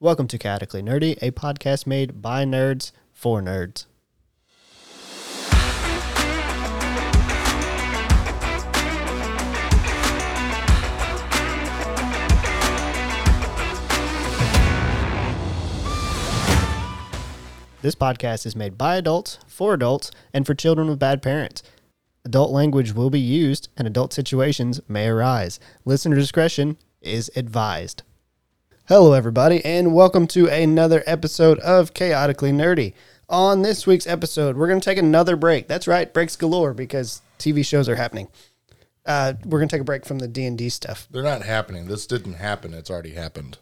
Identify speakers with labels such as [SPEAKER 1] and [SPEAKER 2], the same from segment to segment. [SPEAKER 1] Welcome to Chaotically Nerdy, a podcast made by nerds for nerds. This podcast is made by adults, for adults, and for children with bad parents. Adult language will be used and adult situations may arise. Listener discretion is advised. Hello, everybody, and welcome to another episode of Chaotically Nerdy. On this week's episode, we're going to take another break. That's right, breaks galore because TV shows are happening. Uh, we're going to take a break from the D and D stuff.
[SPEAKER 2] They're not happening. This didn't happen. It's already happened.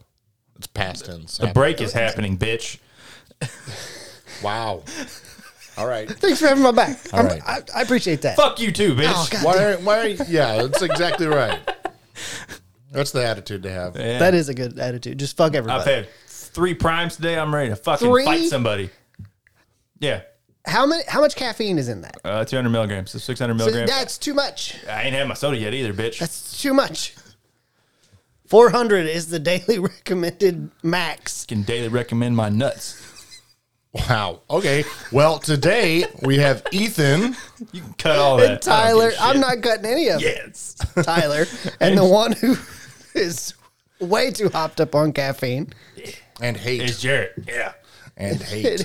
[SPEAKER 2] It's past tense.
[SPEAKER 3] The break is happening, bitch.
[SPEAKER 2] Wow. All right.
[SPEAKER 1] Thanks for having my back. I'm-
[SPEAKER 2] right.
[SPEAKER 1] I, I appreciate that.
[SPEAKER 3] Fuck you
[SPEAKER 1] Oh,
[SPEAKER 3] too, bitch.
[SPEAKER 2] Why? Are, why? Are, yeah, that's exactly right. That's the attitude to have.
[SPEAKER 3] Yeah.
[SPEAKER 1] That is a good attitude. Just fuck
[SPEAKER 3] I've
[SPEAKER 1] everybody.
[SPEAKER 3] had three primes today. I'm ready to fucking
[SPEAKER 1] Three?
[SPEAKER 3] fight somebody. Yeah,
[SPEAKER 1] How many? How much caffeine is in that?
[SPEAKER 3] uh, 200 milligrams, so 600 milligrams.
[SPEAKER 1] That's too much.
[SPEAKER 3] I ain't had my soda yet either, bitch.
[SPEAKER 1] That's too much. 400 is the daily recommended max.
[SPEAKER 3] Can daily recommend my nuts.
[SPEAKER 2] Wow. Okay. Well, today we have Ethan.
[SPEAKER 3] You can cut all that.
[SPEAKER 1] And Tyler, I'm not cutting any of it.
[SPEAKER 3] Yes.
[SPEAKER 1] Tyler, and the one who is way too hopped up on caffeine.
[SPEAKER 2] And hate.
[SPEAKER 3] It's Jarrett. Yeah.
[SPEAKER 2] and hate.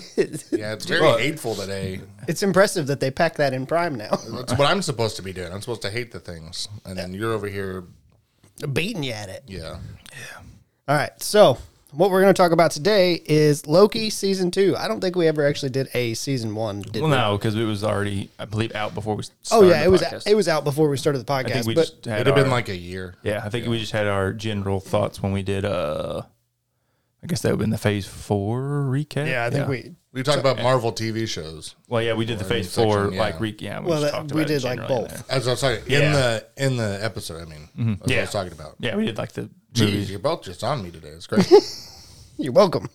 [SPEAKER 2] Yeah, it's very
[SPEAKER 3] Look.
[SPEAKER 2] hateful today.
[SPEAKER 1] It's impressive that they pack that in prime now.
[SPEAKER 2] That's what I'm supposed to be doing. I'm supposed to hate the things. And then you're over here.
[SPEAKER 1] Beating you at it.
[SPEAKER 2] Yeah.
[SPEAKER 1] All right. So, what we're going to talk about today is Loki season two. I don't think we ever actually did a season one. Did
[SPEAKER 3] Well,
[SPEAKER 1] we?
[SPEAKER 3] no, because it was already, I believe, out before we
[SPEAKER 1] Oh,
[SPEAKER 3] started.
[SPEAKER 1] yeah.
[SPEAKER 3] the
[SPEAKER 1] It was
[SPEAKER 3] podcast.
[SPEAKER 1] it was out before we started the
[SPEAKER 3] I think
[SPEAKER 1] podcast.
[SPEAKER 3] we
[SPEAKER 1] but
[SPEAKER 3] just had
[SPEAKER 2] It'd have
[SPEAKER 3] our-
[SPEAKER 2] been like a year.
[SPEAKER 3] Yeah, I think we just had our general thoughts when we did. uh I guess that would have been the phase four recap.
[SPEAKER 1] yeah, I think we
[SPEAKER 2] We talked about Marvel TV shows.
[SPEAKER 3] Well, yeah, we did the phase
[SPEAKER 2] section,
[SPEAKER 3] four
[SPEAKER 2] yeah.
[SPEAKER 3] like re- yeah. We
[SPEAKER 1] Well,
[SPEAKER 3] just
[SPEAKER 1] that-
[SPEAKER 3] talked
[SPEAKER 1] we
[SPEAKER 3] about it
[SPEAKER 1] did, like,
[SPEAKER 3] generally in
[SPEAKER 1] both.
[SPEAKER 3] there.
[SPEAKER 2] As I was talking in
[SPEAKER 3] Yeah. Mm-hmm.
[SPEAKER 2] the in the episode, I mean, that's what I
[SPEAKER 3] Yeah.
[SPEAKER 2] was talking about.
[SPEAKER 3] Yeah, we did like the
[SPEAKER 2] Jeez,
[SPEAKER 3] movies.
[SPEAKER 2] you're both just on me today. It's great.
[SPEAKER 1] You're welcome.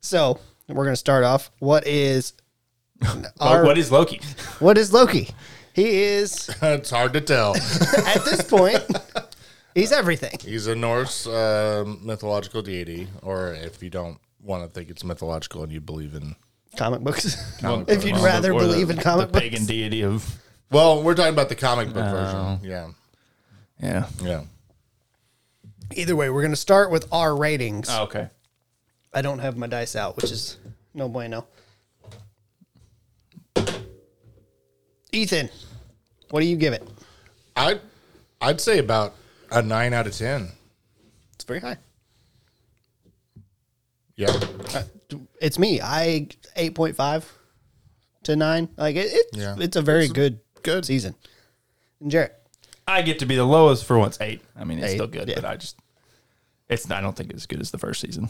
[SPEAKER 1] So we're going to start off. What is our,
[SPEAKER 3] But what is Loki?
[SPEAKER 1] what is Loki? He is
[SPEAKER 2] it's hard to tell.
[SPEAKER 1] at this point. he's everything.
[SPEAKER 2] He's a Norse uh, mythological deity, or if you don't want to think it's mythological and you believe in.
[SPEAKER 1] Comic books.
[SPEAKER 2] Comic
[SPEAKER 1] if you'd
[SPEAKER 3] Or
[SPEAKER 1] rather
[SPEAKER 3] the- or
[SPEAKER 1] believe
[SPEAKER 3] the,
[SPEAKER 1] in comic
[SPEAKER 3] the
[SPEAKER 1] books,
[SPEAKER 3] pagan deity of
[SPEAKER 2] Well, we're talking about the comic book version. Yeah.
[SPEAKER 3] yeah.
[SPEAKER 2] Yeah.
[SPEAKER 1] either way, we're going to start with our ratings.
[SPEAKER 3] Oh, okay.
[SPEAKER 1] I don't have my dice out, which is no bueno. Ethan, what do you give it?
[SPEAKER 2] I'd, I'd say about a 9 out of 10.
[SPEAKER 1] It's very high.
[SPEAKER 2] Yeah.
[SPEAKER 1] Uh, It's me. I eight point five to nine. Like it, it's
[SPEAKER 2] Yeah.
[SPEAKER 1] it's a very good good season. And Jarrett,
[SPEAKER 3] I get to be the lowest for once eight. I mean, it's still
[SPEAKER 1] Eight,
[SPEAKER 3] good,
[SPEAKER 1] yeah.
[SPEAKER 3] but I just it's I don't think it's as good as the first season.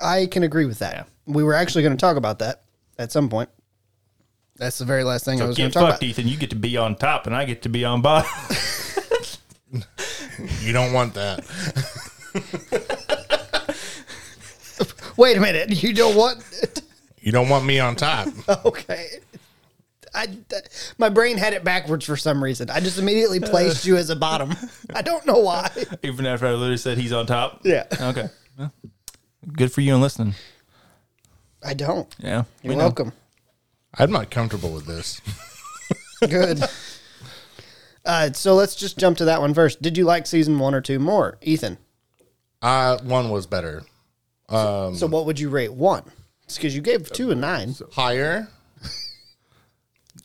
[SPEAKER 1] I can agree with that. We were actually going to talk about that at some point. That's the very last thing I was going
[SPEAKER 3] Get
[SPEAKER 1] to talk
[SPEAKER 3] fucked,
[SPEAKER 1] about.
[SPEAKER 3] Ethan. You get to be on top, and I get to be on bottom.
[SPEAKER 2] You don't want that.
[SPEAKER 1] Wait a minute, you don't want?
[SPEAKER 2] You don't want me on top.
[SPEAKER 1] okay, I that- my brain had it backwards for some reason. I just immediately placed you as a bottom. I don't know why.
[SPEAKER 3] Even after I literally said he's on top.
[SPEAKER 1] Yeah,
[SPEAKER 3] Okay. Well, good for you and listening.
[SPEAKER 1] I don't.
[SPEAKER 3] Yeah.
[SPEAKER 1] You're
[SPEAKER 3] we know.
[SPEAKER 1] welcome.
[SPEAKER 2] I'm not comfortable with this.
[SPEAKER 1] Good. Uh, so let's just jump to that one first. Did you like season one or two more, Ethan?
[SPEAKER 2] Uh, one was better.
[SPEAKER 1] So what would you rate one? It's because you gave two a nine.
[SPEAKER 2] Higher,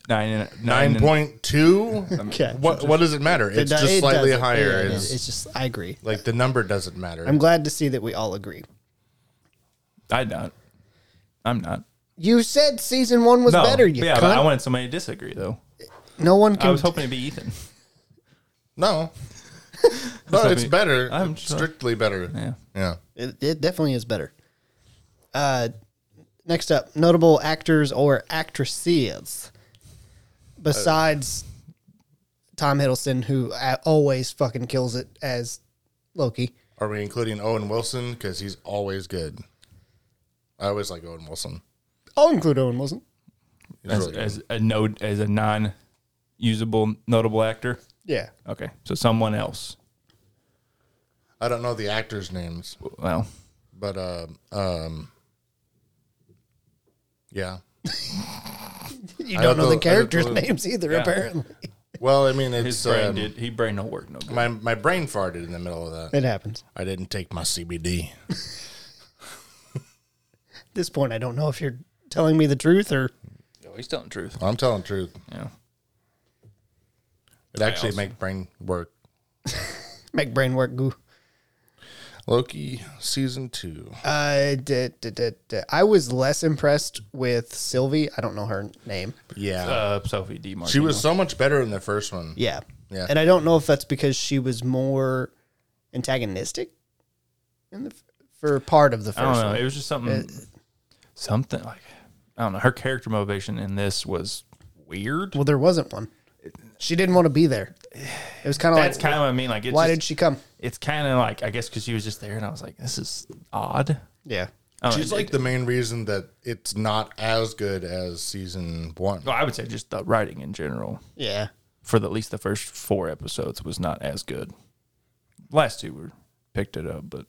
[SPEAKER 3] Nine and nine, and-
[SPEAKER 2] 9.2.
[SPEAKER 1] Okay.
[SPEAKER 2] What, what does it matter? It's
[SPEAKER 1] It
[SPEAKER 2] just
[SPEAKER 1] doesn't-
[SPEAKER 2] slightly
[SPEAKER 1] yeah,
[SPEAKER 2] higher.
[SPEAKER 1] it
[SPEAKER 2] It's,
[SPEAKER 1] is. it's just I agree.
[SPEAKER 2] like the number doesn't matter.
[SPEAKER 1] I'm glad to see that we all agree.
[SPEAKER 3] I not. I'm not.
[SPEAKER 1] You said season one was
[SPEAKER 3] No.
[SPEAKER 1] better. You
[SPEAKER 3] yeah,
[SPEAKER 1] cunt.
[SPEAKER 3] but I wanted somebody to disagree though.
[SPEAKER 1] no one can.
[SPEAKER 3] I was hoping to be Ethan.
[SPEAKER 2] No. no, it's
[SPEAKER 3] me.
[SPEAKER 2] better.
[SPEAKER 3] I'm
[SPEAKER 2] It's
[SPEAKER 3] sure.
[SPEAKER 2] strictly better.
[SPEAKER 3] Yeah.
[SPEAKER 2] Yeah.
[SPEAKER 1] it, it definitely is better. Uh, next up, notable actors or actresses besides Tom Hiddleston, who a- always fucking kills it as Loki.
[SPEAKER 2] Are we including Owen Wilson? Because he's always good. I always like Owen Wilson.
[SPEAKER 1] I'll include Owen Wilson.
[SPEAKER 2] He's
[SPEAKER 3] As,
[SPEAKER 2] really good.
[SPEAKER 3] as a node as a non usable notable actor.
[SPEAKER 1] Yeah,
[SPEAKER 3] Okay. So someone else.
[SPEAKER 2] I don't know the actors' names,
[SPEAKER 3] Well,
[SPEAKER 2] But um, um, yeah.
[SPEAKER 1] You
[SPEAKER 2] I
[SPEAKER 1] don't know the
[SPEAKER 2] also- I
[SPEAKER 1] characters'
[SPEAKER 2] also-
[SPEAKER 1] names either, apparently.
[SPEAKER 2] Well, I mean,
[SPEAKER 3] His
[SPEAKER 2] it's
[SPEAKER 3] brain
[SPEAKER 2] um,
[SPEAKER 3] did. He brain don't work no good.
[SPEAKER 2] my my brain farted in the middle of that.
[SPEAKER 1] It happens.
[SPEAKER 2] I didn't take my CBD.
[SPEAKER 1] At this point, I don't know if you're telling me the truth or
[SPEAKER 3] No, he's telling the truth.
[SPEAKER 2] I'm telling the truth.
[SPEAKER 3] Yeah.
[SPEAKER 2] It actually
[SPEAKER 3] also-
[SPEAKER 2] make brain work.
[SPEAKER 1] make brain work goo.
[SPEAKER 2] Loki season two.
[SPEAKER 1] Uh, da, da, da, da. I was less impressed with Sylvie. I don't know her name.
[SPEAKER 2] Yeah,
[SPEAKER 3] Uh, Sophie D.
[SPEAKER 2] she was so much better in the first one.
[SPEAKER 1] Yeah.
[SPEAKER 2] Yeah.
[SPEAKER 1] And I don't know if that's because she was more antagonistic in the f- for part of the
[SPEAKER 3] I don't
[SPEAKER 1] first
[SPEAKER 3] know. It
[SPEAKER 1] one.
[SPEAKER 3] was just something.
[SPEAKER 1] Uh,
[SPEAKER 3] something like I don't know. Her character motivation in this was weird.
[SPEAKER 1] Well, there wasn't one. She didn't want to be there. It was kind of
[SPEAKER 3] That's
[SPEAKER 1] like,
[SPEAKER 3] kind of what I mean. Like it's
[SPEAKER 1] why
[SPEAKER 3] just-
[SPEAKER 1] did she come?
[SPEAKER 3] it's kind of like I guess because she was just there, and I was like, this is odd.
[SPEAKER 1] Yeah.
[SPEAKER 3] I don't know,
[SPEAKER 2] She's
[SPEAKER 3] it-
[SPEAKER 2] like the main reason that it's not as good as season one.
[SPEAKER 3] Well, I would say just the writing in general
[SPEAKER 1] Yeah.
[SPEAKER 3] for the, at least the first four episodes was not as good. Last two were picked it up, but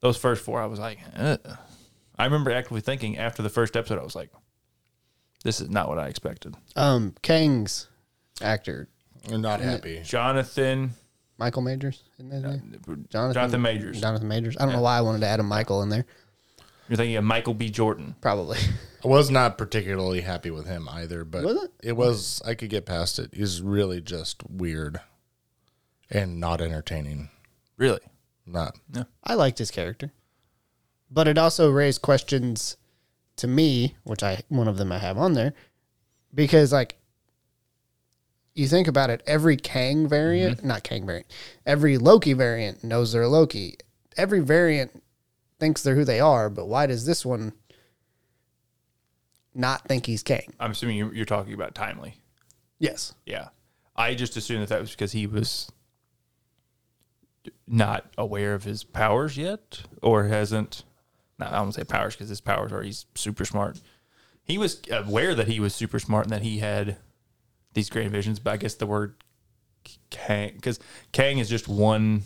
[SPEAKER 3] those first four, I was like, Ugh. I remember actively thinking after the first episode, I was like, this is not what I expected.
[SPEAKER 1] Um, Kang's actor,
[SPEAKER 2] I'm not happy.
[SPEAKER 3] Jonathan,
[SPEAKER 1] Michael Majors, isn't that his name?
[SPEAKER 3] Uh, Jonathan,
[SPEAKER 1] Jonathan,
[SPEAKER 3] Majors.
[SPEAKER 1] Jonathan Majors. I don't know why I wanted to add a Michael in there.
[SPEAKER 3] You're thinking of Michael B. Jordan.
[SPEAKER 1] Probably.
[SPEAKER 2] I was not particularly happy with him either, but
[SPEAKER 1] Was it?
[SPEAKER 2] was I could get past it. He's really just weird and not entertaining.
[SPEAKER 3] Really?
[SPEAKER 2] Not
[SPEAKER 1] I liked his character, but it also raised questions to me, which I one of them I have on there, because like you think about it, every Kang variant, not Kang variant, every Loki variant knows they're Loki. Every variant thinks they're who they are, but why does this one not think he's Kang?
[SPEAKER 3] I'm assuming you're, you're talking about Timely.
[SPEAKER 1] Yes.
[SPEAKER 3] Yeah. I just assumed that that was because he was not aware of his powers yet or hasn't. No, I don't say powers because his powers are he's super smart. He was aware that he was super smart and that he had these grand visions, but I guess the word Kang, because Kang is just one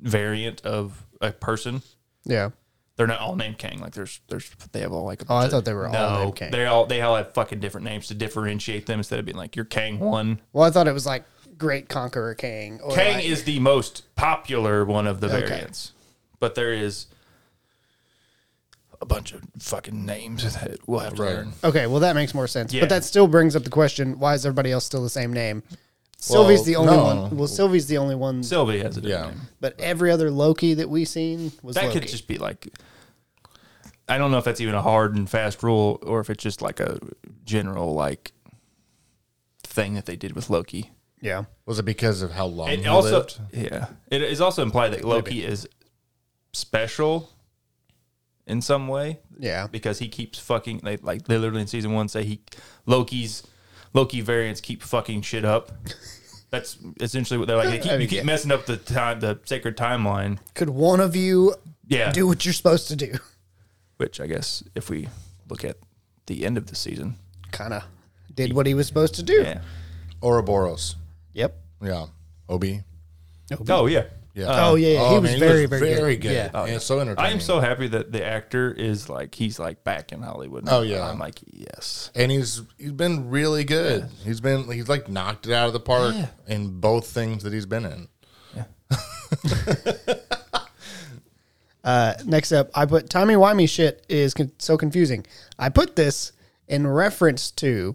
[SPEAKER 3] variant of a person.
[SPEAKER 1] Yeah.
[SPEAKER 3] They're not all named Kang. Like there's, there's, they have all like.
[SPEAKER 1] Oh, I thought they were all named Kang.
[SPEAKER 3] They all, they all have fucking different names to differentiate them instead of being like you're Kang one,
[SPEAKER 1] Well, I thought it was like Great Conqueror Kang. Or
[SPEAKER 3] Kang
[SPEAKER 1] like-
[SPEAKER 3] is the most popular one of the variants, but there is a bunch of fucking names that we'll have to
[SPEAKER 2] Right.
[SPEAKER 3] learn.
[SPEAKER 1] Okay, well that makes more sense.
[SPEAKER 3] Yeah.
[SPEAKER 1] But that still brings up the question: Why is everybody else still the same name? Sylvie's the only
[SPEAKER 2] no.
[SPEAKER 1] one. Well, Sylvie's the only one.
[SPEAKER 3] Sylvie has a different
[SPEAKER 2] Yeah.
[SPEAKER 3] name.
[SPEAKER 1] but every other Loki that we seen was
[SPEAKER 3] That
[SPEAKER 1] Loki.
[SPEAKER 3] could just be like, I don't know if that's even a hard and fast rule or if it's just like a general like thing that they did with Loki.
[SPEAKER 1] yeah.
[SPEAKER 2] was it because of how long
[SPEAKER 3] It
[SPEAKER 2] he
[SPEAKER 3] also,
[SPEAKER 2] lived?
[SPEAKER 3] yeah, it is also implied that Loki is special in some way.
[SPEAKER 1] Yeah.
[SPEAKER 3] because he keeps fucking they like they literally in season one say he Loki's Loki variants keep fucking shit up. That's essentially what they're like. They keep,
[SPEAKER 1] I mean,
[SPEAKER 3] you keep
[SPEAKER 1] yeah.
[SPEAKER 3] messing up the time, the sacred timeline.
[SPEAKER 1] Could one of you
[SPEAKER 3] Yeah,
[SPEAKER 1] do what you're supposed to do?
[SPEAKER 3] which I guess if we look at the end of the season,
[SPEAKER 1] Kind of did what he was supposed to do.
[SPEAKER 3] yeah.
[SPEAKER 2] Ouroboros.
[SPEAKER 1] Yep.
[SPEAKER 2] Yeah. Obi.
[SPEAKER 3] Oh yeah,
[SPEAKER 2] Yeah.
[SPEAKER 1] oh yeah, yeah. he
[SPEAKER 2] I
[SPEAKER 1] was
[SPEAKER 2] mean,
[SPEAKER 1] very, very, good.
[SPEAKER 2] good.
[SPEAKER 1] Yeah.
[SPEAKER 2] And so
[SPEAKER 3] I
[SPEAKER 2] entertaining.
[SPEAKER 3] am so happy that the actor is like he's like back in Hollywood. now.
[SPEAKER 2] Oh, yeah.
[SPEAKER 3] I'm like yes.
[SPEAKER 2] and he's he's been really good. He's been he's like knocked it out of the park
[SPEAKER 3] Yeah.
[SPEAKER 2] in both things that he's been in.
[SPEAKER 1] Uh, next up, I put Tommy Wimey shit is con- so confusing. I put this in reference to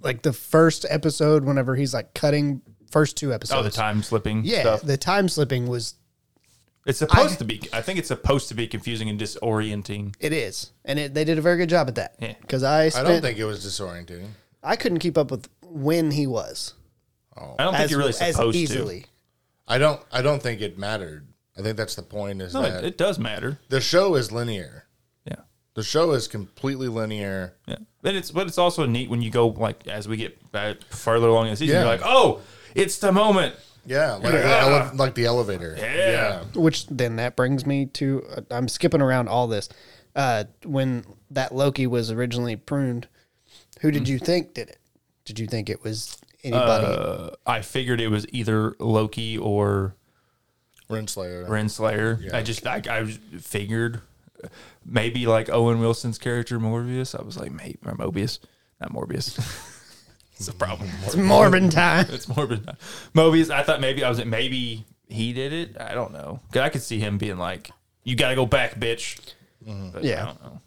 [SPEAKER 1] like the first episode whenever he's like cutting first two episodes.
[SPEAKER 3] Oh, the time slipping.
[SPEAKER 1] Yeah,
[SPEAKER 3] stuff.
[SPEAKER 1] the time slipping was
[SPEAKER 3] it's supposed to be. I think it's supposed to be confusing and disorienting.
[SPEAKER 1] it is, and it, they did a very good job at that.
[SPEAKER 3] Yeah.
[SPEAKER 1] Because I
[SPEAKER 2] I
[SPEAKER 1] spent, I,
[SPEAKER 2] don't think it was disorienting.
[SPEAKER 1] couldn't keep up with when he was
[SPEAKER 3] I don't think you're really
[SPEAKER 1] as
[SPEAKER 3] supposed
[SPEAKER 1] easily.
[SPEAKER 2] I don't I don't think it mattered. I think that's the point is
[SPEAKER 3] to. No,
[SPEAKER 2] that
[SPEAKER 3] it, it does matter.
[SPEAKER 2] the show is linear.
[SPEAKER 3] Yeah.
[SPEAKER 2] The show is completely linear.
[SPEAKER 3] Yeah, but it's but it's also neat when you go like as we get back further along in the season,
[SPEAKER 2] Yeah.
[SPEAKER 3] you're like, oh, it's the moment.
[SPEAKER 2] Yeah, like, the, ele- like the elevator.
[SPEAKER 3] Yeah.
[SPEAKER 1] Which then that brings me to uh, I'm skipping around all this. Uh, when that Loki was originally pruned, who
[SPEAKER 3] Mm.
[SPEAKER 1] did you think did it? Did you think it was anybody?
[SPEAKER 3] Uh, I figured it was either Loki or
[SPEAKER 2] Renslayer.
[SPEAKER 3] Renslayer.
[SPEAKER 2] Yeah.
[SPEAKER 3] I just I, I was- figured maybe like Owen Wilson's character Morbius. I was like, mate, or Mobius, not Morbius. it's a problem.
[SPEAKER 1] It's Morbin time.
[SPEAKER 3] it's Morbid. Mobius. I thought maybe I was maybe he did it. I don't know. 'Cause I could see him being like, "You got to go back, bitch." But
[SPEAKER 1] Yeah.
[SPEAKER 3] I don't know.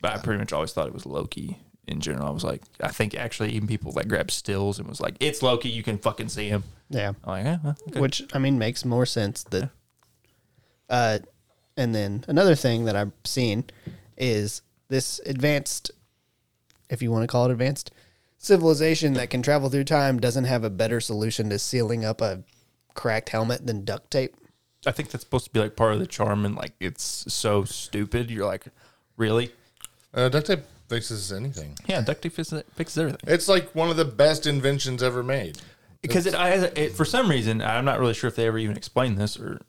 [SPEAKER 3] But I pretty much always thought it was Loki in general. I was like, I think actually even people that grabbed stills and was like, "It's Loki. You can fucking see him."
[SPEAKER 1] Yeah.
[SPEAKER 3] I'm like, yeah, well, okay.
[SPEAKER 1] Which I mean makes more sense that uh and then another thing that I've seen is this advanced if you want to call it advanced civilization that can travel through time doesn't have a better solution to sealing up a cracked helmet than duct tape.
[SPEAKER 3] I think that's supposed to be like part of the charm, and like it's so stupid. You're like, really?
[SPEAKER 2] Uh, duct tape fixes anything.
[SPEAKER 3] Yeah, duct tape fixes, fixes everything.
[SPEAKER 2] It's like one of the best inventions ever made.
[SPEAKER 3] because it, I, it for some reason I'm not really sure if they ever even explain this or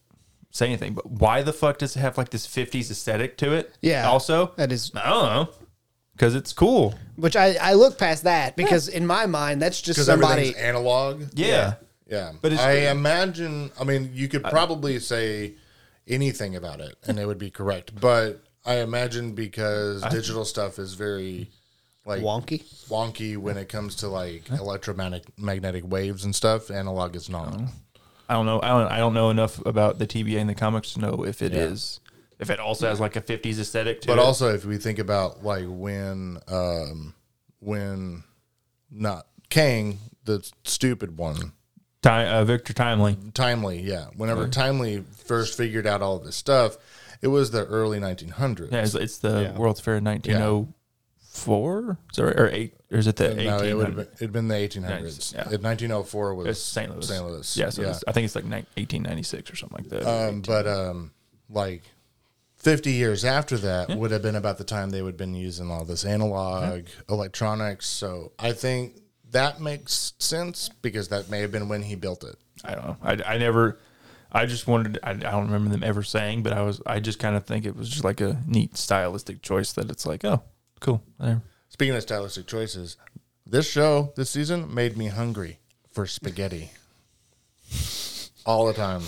[SPEAKER 3] say anything. But why the fuck does it have like this '50s aesthetic to it?
[SPEAKER 1] Yeah.
[SPEAKER 3] Also,
[SPEAKER 1] That is
[SPEAKER 3] I don't know because it's cool.
[SPEAKER 1] which I I look past that because in my mind that's just
[SPEAKER 2] Because
[SPEAKER 1] somebody
[SPEAKER 2] everything's analog.
[SPEAKER 3] Yeah.
[SPEAKER 2] Yeah.
[SPEAKER 3] But
[SPEAKER 2] But
[SPEAKER 3] it's-
[SPEAKER 2] I imagine, I mean, you could probably say anything about it and it would be correct. But I imagine because digital stuff is very like
[SPEAKER 1] wonky.
[SPEAKER 2] wonky when it comes to like electromagnetic magnetic waves and stuff, analog is not.
[SPEAKER 3] I don't know. I don't. I don't know enough about the TBA and the comics to know if it is if it also has like a '50s aesthetic to
[SPEAKER 2] But
[SPEAKER 3] it.
[SPEAKER 2] also, if we think about like when, um, when not Kang, the stupid one,
[SPEAKER 3] Ti- uh, Victor Timely.
[SPEAKER 2] Timely, yeah. Whenever Timely first figured out all of this stuff, it was the early 1900s.
[SPEAKER 3] Yeah, it's, it's the World's Fair in 1904. Sorry, or eight? Or is it the
[SPEAKER 2] No, it would have
[SPEAKER 3] 1800s?
[SPEAKER 2] been, it'd been the 1800s.
[SPEAKER 3] Yeah.
[SPEAKER 2] If 1904 was
[SPEAKER 3] It's St. Louis.
[SPEAKER 2] St. Louis.
[SPEAKER 3] Yeah, so it's- I think it's like nine- 1896 or something like that.
[SPEAKER 2] Um, but um, like 50 years after that would have been about the time they would have been using all this analog electronics. So I think that makes sense because that may have been when he built it.
[SPEAKER 3] I don't know. I, I never. I just wanted. I, I don't remember them ever saying, but I was. I just kind of think it was just like a neat stylistic choice that it's like, oh, cool. whatever.
[SPEAKER 2] Speaking of stylistic choices, this show this season made me hungry for spaghetti all the time.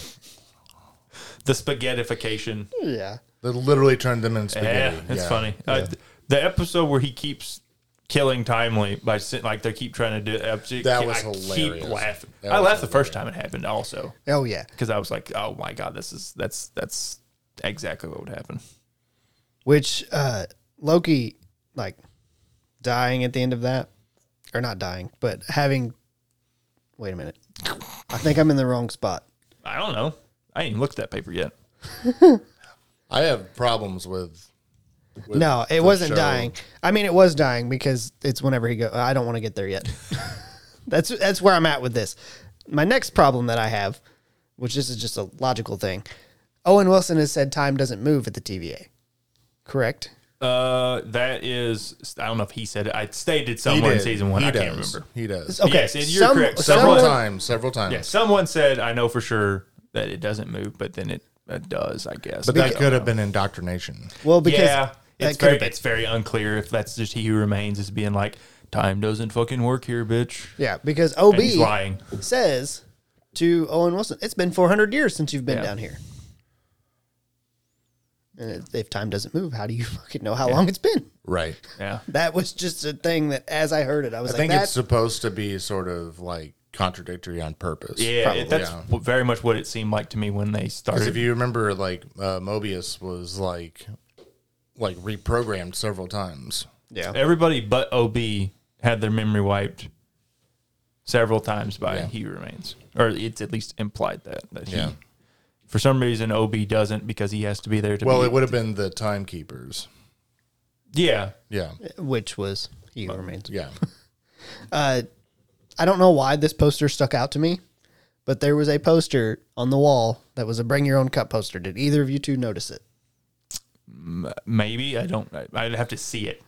[SPEAKER 3] The spaghettification.
[SPEAKER 1] Yeah.
[SPEAKER 2] They literally turned them into spaghetti.
[SPEAKER 3] Yeah, it's funny. Uh, th- the episode where he keeps killing Timely by sit, like they keep trying to do. I just-
[SPEAKER 2] That was
[SPEAKER 3] I
[SPEAKER 2] hilarious.
[SPEAKER 3] Keep laughing.
[SPEAKER 2] That
[SPEAKER 3] I
[SPEAKER 2] was
[SPEAKER 3] laughed the first time it happened also
[SPEAKER 1] Oh yeah.
[SPEAKER 3] because I was like, oh my god, this is that's that's exactly what would happen.
[SPEAKER 1] Which uh Loki like dying at the end of that or not dying, but having wait a minute. I think I'm in the wrong spot.
[SPEAKER 3] I don't know. I ain't even looked at that paper yet.
[SPEAKER 2] I have problems with. with
[SPEAKER 1] No, it
[SPEAKER 2] the
[SPEAKER 1] wasn't
[SPEAKER 2] show.
[SPEAKER 1] dying. I mean it was dying because it's whenever he go I don't want to get there yet. that's that's where I'm at with this. My next problem that I have, which this is just a logical thing. Owen Wilson has said time doesn't move at the TVA. Correct?
[SPEAKER 3] Uh, that is, I don't know if he said it. I stated someone in
[SPEAKER 2] did.
[SPEAKER 3] season one.
[SPEAKER 2] He
[SPEAKER 3] I
[SPEAKER 2] does.
[SPEAKER 3] can't remember.
[SPEAKER 2] He does.
[SPEAKER 1] Okay.
[SPEAKER 3] Yes, and you're correct.
[SPEAKER 2] Several
[SPEAKER 3] Someone-
[SPEAKER 2] times. Several times.
[SPEAKER 3] Yeah, someone said I know for sure that it doesn't move, but then it, it does. I guess.
[SPEAKER 2] But that could have been indoctrination.
[SPEAKER 1] Well, because
[SPEAKER 3] yeah,
[SPEAKER 1] that
[SPEAKER 3] it's
[SPEAKER 1] could
[SPEAKER 3] very
[SPEAKER 1] have been.
[SPEAKER 3] it's very unclear if that's just he who remains is being like time doesn't fucking work here, bitch.
[SPEAKER 1] Yeah, because OB
[SPEAKER 3] And he's lying.
[SPEAKER 1] says to Owen Wilson, "It's been 400 years since you've been
[SPEAKER 3] Yeah.
[SPEAKER 1] down here." And if- if time doesn't move, how do you fucking know how long it's been?
[SPEAKER 2] Right.
[SPEAKER 3] Yeah,
[SPEAKER 1] That was just a thing that, as I heard it, I was
[SPEAKER 2] I
[SPEAKER 1] like,
[SPEAKER 2] think
[SPEAKER 1] "That
[SPEAKER 2] it's supposed to be sort of like contradictory on purpose.
[SPEAKER 3] yeah,
[SPEAKER 1] Probably,
[SPEAKER 3] it- that's
[SPEAKER 2] yeah.
[SPEAKER 3] w- very much what it seemed like to me when they
[SPEAKER 2] Because if
[SPEAKER 3] started.
[SPEAKER 2] you remember, like uh, Mobius was like, like reprogrammed several times.
[SPEAKER 1] yeah,
[SPEAKER 3] Everybody but Ob had their memory wiped several times by
[SPEAKER 2] Yeah.
[SPEAKER 3] he who remains, or it's at least implied that that he.
[SPEAKER 2] Yeah.
[SPEAKER 3] For some reason, Ob doesn't because he has to be there to.
[SPEAKER 2] Well,
[SPEAKER 3] be,
[SPEAKER 2] it would have been the timekeepers.
[SPEAKER 3] yeah,
[SPEAKER 2] Yeah.
[SPEAKER 1] which was he who remains."
[SPEAKER 2] Yeah.
[SPEAKER 1] Uh, I don't know why this poster stuck out to me, but there was a poster on the wall that was a "Bring Your Own Cup" poster. Did either of you two notice it?
[SPEAKER 3] maybe I don't. I- I'd have to see it.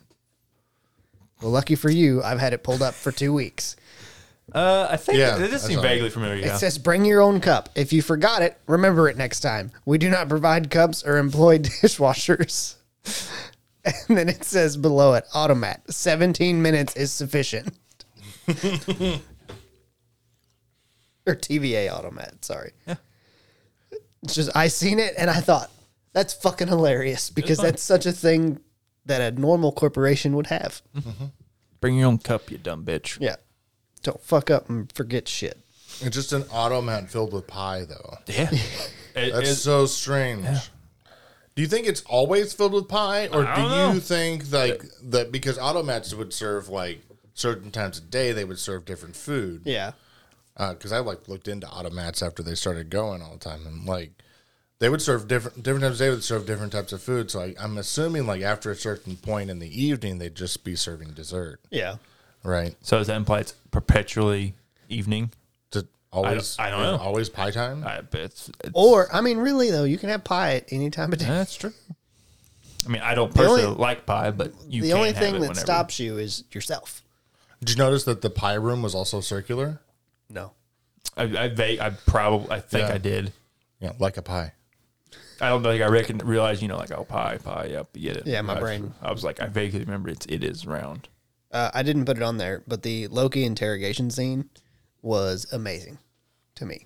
[SPEAKER 1] Well, lucky for you, I've had it pulled up for two weeks.
[SPEAKER 3] Uh, I think
[SPEAKER 2] Yeah,
[SPEAKER 3] it does
[SPEAKER 2] I
[SPEAKER 3] seem
[SPEAKER 2] saw it.
[SPEAKER 3] vaguely familiar. Yeah.
[SPEAKER 1] It says bring your own cup. If you forgot it, remember it next time. We do not provide cups or employ dishwashers. And then it says below it, automat. 17 minutes is sufficient. or TVA automat. Sorry.
[SPEAKER 3] Yeah.
[SPEAKER 1] It's just I seen it and I thought that's fucking hilarious because
[SPEAKER 3] funny.
[SPEAKER 1] that's such a thing that a normal corporation would have.
[SPEAKER 3] Mm-hmm. Bring your own cup, you dumb bitch.
[SPEAKER 1] Yeah. Don't fuck up and forget shit.
[SPEAKER 2] It's just an automat filled with pie, though.
[SPEAKER 3] Yeah. It-
[SPEAKER 2] That's
[SPEAKER 3] it's-
[SPEAKER 2] so strange. Do you think it's always filled with pie, or
[SPEAKER 3] I
[SPEAKER 2] do
[SPEAKER 3] don't
[SPEAKER 2] you
[SPEAKER 3] know.
[SPEAKER 2] think like that because automats would serve like certain times of day, they would serve different food?
[SPEAKER 1] Yeah.
[SPEAKER 2] Because I like looked into automats after they started going all the time, and like they would serve different different times of day, would serve different types of food. So I, I'm assuming like after a certain point in the evening, they'd just be serving dessert,
[SPEAKER 1] Yeah.
[SPEAKER 2] right?
[SPEAKER 3] so does that imply it's perpetually evening?
[SPEAKER 2] To always,
[SPEAKER 3] I don't know.
[SPEAKER 2] always pie time.
[SPEAKER 3] I bet. It's,
[SPEAKER 2] Oh.
[SPEAKER 3] it's-
[SPEAKER 1] Or I mean, really though, you can have pie at any time of day.
[SPEAKER 3] that's true. I mean, I don't personally
[SPEAKER 1] only-
[SPEAKER 3] like pie, but you
[SPEAKER 1] the
[SPEAKER 3] can
[SPEAKER 1] only
[SPEAKER 3] have
[SPEAKER 1] thing
[SPEAKER 3] it
[SPEAKER 1] that
[SPEAKER 3] whenever.
[SPEAKER 1] stops you is yourself.
[SPEAKER 2] Did you notice that the pie room was also circular?
[SPEAKER 1] No.
[SPEAKER 3] I, I, va- I probably, I think
[SPEAKER 2] Yeah.
[SPEAKER 3] I did.
[SPEAKER 2] Yeah, like a pie.
[SPEAKER 3] I don't think I reckon realize you know like oh pie pie yep get it
[SPEAKER 1] Yeah, my
[SPEAKER 3] I-
[SPEAKER 1] brain.
[SPEAKER 3] I was like I vaguely remember it's it is round.
[SPEAKER 1] Uh, I didn't put it on there, but the Loki interrogation scene was amazing to me.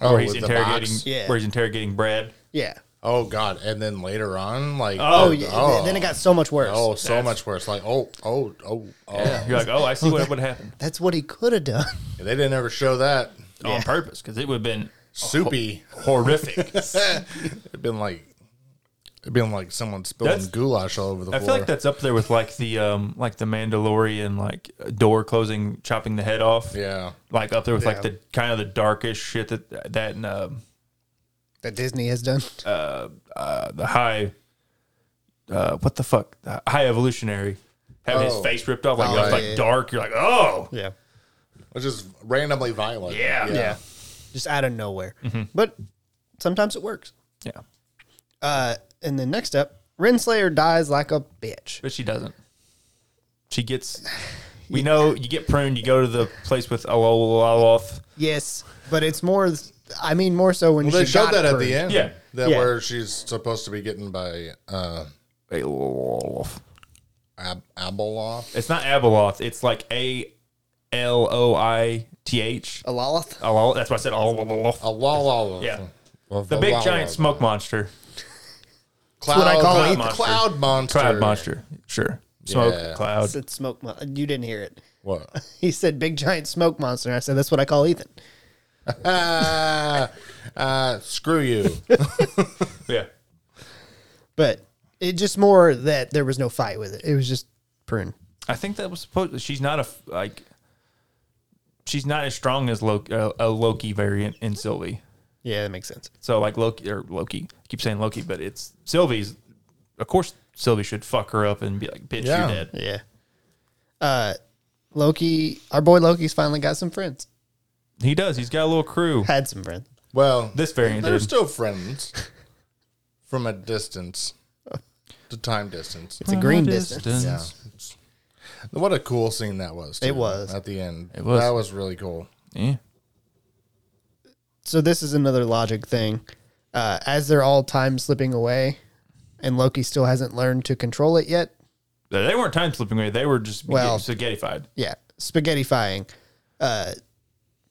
[SPEAKER 2] Oh,
[SPEAKER 3] where he's
[SPEAKER 2] with the box?
[SPEAKER 3] interrogating
[SPEAKER 1] Yeah.
[SPEAKER 3] where he's interrogating Brad.
[SPEAKER 1] Yeah.
[SPEAKER 2] Oh God! And then later on, like
[SPEAKER 1] Oh,
[SPEAKER 3] Oh,
[SPEAKER 1] yeah. Then it got so much worse.
[SPEAKER 2] oh so much worse. Like oh oh oh oh.
[SPEAKER 3] You're like oh I see what would happen
[SPEAKER 1] That's what he could have done.
[SPEAKER 2] They didn't ever show that
[SPEAKER 3] on purpose because it would have been
[SPEAKER 2] soupy.
[SPEAKER 3] horrific.
[SPEAKER 2] It'd been like it'd been like someone spilling
[SPEAKER 3] That's-
[SPEAKER 2] goulash all over the
[SPEAKER 3] I feel
[SPEAKER 2] floor.
[SPEAKER 3] like that's up there with like the um like the Mandalorian like door closing chopping the head off
[SPEAKER 2] yeah,
[SPEAKER 3] like up there with
[SPEAKER 1] Yeah.
[SPEAKER 3] like the kind of the darkest shit that that and um
[SPEAKER 1] that Disney has done.
[SPEAKER 3] uh, the high uh what the fuck the high evolutionary having
[SPEAKER 2] Oh.
[SPEAKER 3] his face ripped off like
[SPEAKER 2] Oh,
[SPEAKER 3] it was,
[SPEAKER 2] yeah,
[SPEAKER 3] like
[SPEAKER 1] yeah, yeah.
[SPEAKER 3] dark you're like oh
[SPEAKER 1] yeah.
[SPEAKER 2] which is randomly violent.
[SPEAKER 3] Yeah.
[SPEAKER 1] Yeah. Just out of nowhere.
[SPEAKER 3] Mm-hmm.
[SPEAKER 1] But sometimes it works.
[SPEAKER 3] yeah
[SPEAKER 1] Uh, and then next up, Renslayer dies like a bitch.
[SPEAKER 3] But she doesn't. She gets. We know you get pruned. You go to the place with Ololoth.
[SPEAKER 1] Yes, but it's more. I mean, more so when
[SPEAKER 2] Well, they
[SPEAKER 1] she
[SPEAKER 2] showed
[SPEAKER 1] got
[SPEAKER 2] that at
[SPEAKER 1] pruned.
[SPEAKER 2] the end.
[SPEAKER 3] Yeah.
[SPEAKER 2] that
[SPEAKER 1] Yeah.
[SPEAKER 2] where she's supposed to be getting by uh,
[SPEAKER 3] Ololoth.
[SPEAKER 2] Ab- Abeloth.
[SPEAKER 3] It's not Abeloth. It's like A L O I T H.
[SPEAKER 1] A Lolith?
[SPEAKER 3] Ololoth. Oh, That's why I said Ololoth.
[SPEAKER 2] A la la la.
[SPEAKER 3] Yeah.
[SPEAKER 2] Well,
[SPEAKER 3] The
[SPEAKER 2] la-
[SPEAKER 3] big
[SPEAKER 2] la-
[SPEAKER 3] giant
[SPEAKER 2] la-
[SPEAKER 3] smoke monster,
[SPEAKER 2] Cloud,
[SPEAKER 1] what I call
[SPEAKER 2] cloud
[SPEAKER 1] it.
[SPEAKER 2] monster.
[SPEAKER 3] Cloud
[SPEAKER 2] Cloud monster.
[SPEAKER 3] cloud monster. Sure, smoke
[SPEAKER 2] Yeah.
[SPEAKER 3] cloud.
[SPEAKER 1] said smoke. Mon- you didn't hear it.
[SPEAKER 2] What?
[SPEAKER 1] He said big giant smoke monster. I said that's what I call Ethan.
[SPEAKER 2] Ah, uh, screw you.
[SPEAKER 3] Yeah,
[SPEAKER 1] But it just more that there was no fight with it. It was just prune.
[SPEAKER 3] I think that was supposed. She's not a f- like. She's not as strong as Loki, uh, a Loki variant in Sylvie.
[SPEAKER 1] Yeah, that makes sense.
[SPEAKER 3] So like Loki or Loki, I keep saying Loki, but it's Sylvie's. Of course, Sylvie should fuck her up and be like, "Bitch,
[SPEAKER 2] Yeah.
[SPEAKER 3] you're dead."
[SPEAKER 1] Yeah. Uh, Loki, our boy Loki's finally got some friends.
[SPEAKER 3] He does. He's got a little crew.
[SPEAKER 1] Had some friends.
[SPEAKER 2] Well,
[SPEAKER 3] This variant
[SPEAKER 2] They're
[SPEAKER 3] did.
[SPEAKER 2] still friends from a distance, the time distance.
[SPEAKER 1] It's a green distance.
[SPEAKER 2] Yeah. What a cool scene that was.
[SPEAKER 1] It was.
[SPEAKER 2] At the end.
[SPEAKER 3] It was.
[SPEAKER 2] That was really cool.
[SPEAKER 3] Yeah.
[SPEAKER 1] So this is another logic thing. Uh, as they're all time slipping away, and Loki still hasn't learned to control it yet.
[SPEAKER 3] They they weren't time slipping away. They were just
[SPEAKER 1] Well-
[SPEAKER 3] well, spaghettified.
[SPEAKER 1] Yeah, spaghettifying. Uh,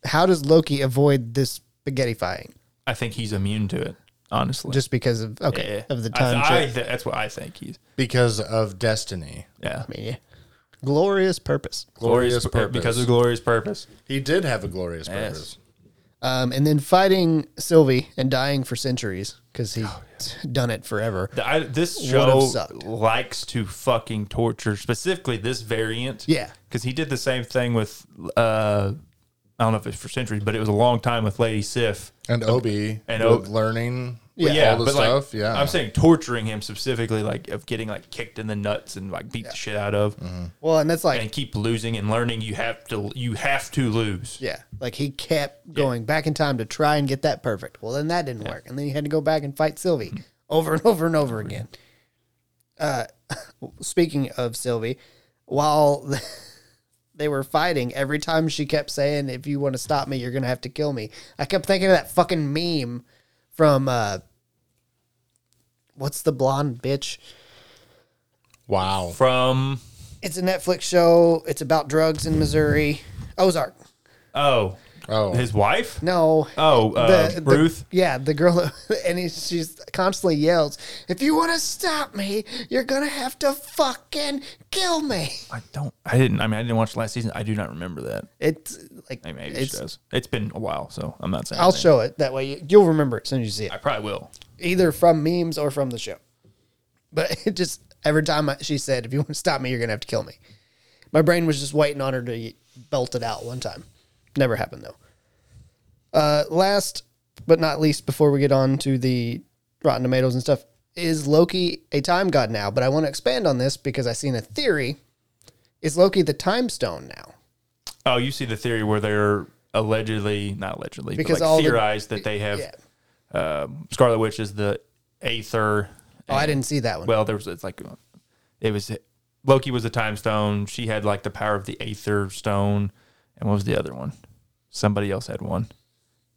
[SPEAKER 1] how does Loki avoid this spaghettifying?
[SPEAKER 3] I think he's immune to it. Honestly,
[SPEAKER 1] Just because of okay
[SPEAKER 3] Yeah.
[SPEAKER 1] of the
[SPEAKER 3] I-
[SPEAKER 1] time.
[SPEAKER 3] I,
[SPEAKER 1] shift.
[SPEAKER 3] th- that's what I think he's.
[SPEAKER 2] Because of destiny.
[SPEAKER 3] Yeah.
[SPEAKER 1] I mean, yeah. glorious purpose.
[SPEAKER 2] Glorious
[SPEAKER 3] pur-
[SPEAKER 2] purpose.
[SPEAKER 3] because of glorious purpose.
[SPEAKER 2] he did have a glorious
[SPEAKER 3] Yes.
[SPEAKER 2] purpose.
[SPEAKER 1] Um, and then fighting Sylvie and dying for centuries because he's
[SPEAKER 3] Oh,
[SPEAKER 1] done it forever.
[SPEAKER 3] The- I, this
[SPEAKER 1] Would've
[SPEAKER 3] show
[SPEAKER 1] sucked.
[SPEAKER 3] likes to fucking torture, specifically this variant.
[SPEAKER 1] Yeah.
[SPEAKER 3] because he did the same thing with uh, I don't know if it's for centuries, but it was a long time with Lady Sif.
[SPEAKER 2] And Obi
[SPEAKER 3] And
[SPEAKER 2] with
[SPEAKER 3] Ob-
[SPEAKER 2] learning
[SPEAKER 3] But
[SPEAKER 2] all the
[SPEAKER 3] but, like,
[SPEAKER 2] stuff. yeah.
[SPEAKER 3] I'm saying torturing him specifically, like of getting like kicked in the nuts and like beat the shit out of,
[SPEAKER 2] Mm-hmm.
[SPEAKER 1] Well, and that's like
[SPEAKER 3] and keep losing and learning. You have to, you have to lose.
[SPEAKER 1] Yeah, like he kept going back in time to try and get that perfect. Well, then that didn't work, and then he had to go back and fight Sylvie over and over and Hmm. over again. Uh, speaking of Sylvie, while they were fighting, every time she kept saying, "If you want to stop me, you're gonna have to kill me," I kept thinking of that fucking meme from uh, what's the blonde bitch?
[SPEAKER 2] wow.
[SPEAKER 3] From
[SPEAKER 1] It's a Netflix show. It's about drugs in Missouri. Ozark.
[SPEAKER 3] oh,
[SPEAKER 2] Oh,
[SPEAKER 3] His wife?
[SPEAKER 1] No.
[SPEAKER 3] Oh, uh, Ruth.
[SPEAKER 1] yeah, the girl, that- and he, she's constantly yells, "If you want to stop me, you're gonna have to fucking kill me."
[SPEAKER 3] I don't. I didn't. I mean, I didn't watch last season. I do not remember that.
[SPEAKER 1] It's like
[SPEAKER 3] I mean, maybe she
[SPEAKER 1] it's.
[SPEAKER 3] does. It's been a while, so I'm not saying.
[SPEAKER 1] I'll
[SPEAKER 3] anything.
[SPEAKER 1] show it that way. You, you'll remember it as soon as you see it,
[SPEAKER 3] I probably will.
[SPEAKER 1] either from memes or from the show. But it just every time I, she said, "If you want to stop me, you're gonna have to kill me," my brain was just waiting on her to belt it out one time. Never happened though. Uh, last but not least, before we get on to the Rotten Tomatoes and stuff, is Loki a time god now? But I want to expand on this because I seen a theory: is Loki the time stone now?
[SPEAKER 3] Oh, you see the theory where they're allegedly, not allegedly,
[SPEAKER 1] Because
[SPEAKER 3] because
[SPEAKER 1] all
[SPEAKER 3] like
[SPEAKER 1] the-
[SPEAKER 3] theorized that they have
[SPEAKER 1] yeah.
[SPEAKER 3] um, Scarlet Witch is the Aether.
[SPEAKER 1] Oh, I didn't see that one.
[SPEAKER 3] Well, there was it's like uh, it was Loki was the Time Stone. She had like the power of the Aether Stone, and what was the other one? Somebody else had one.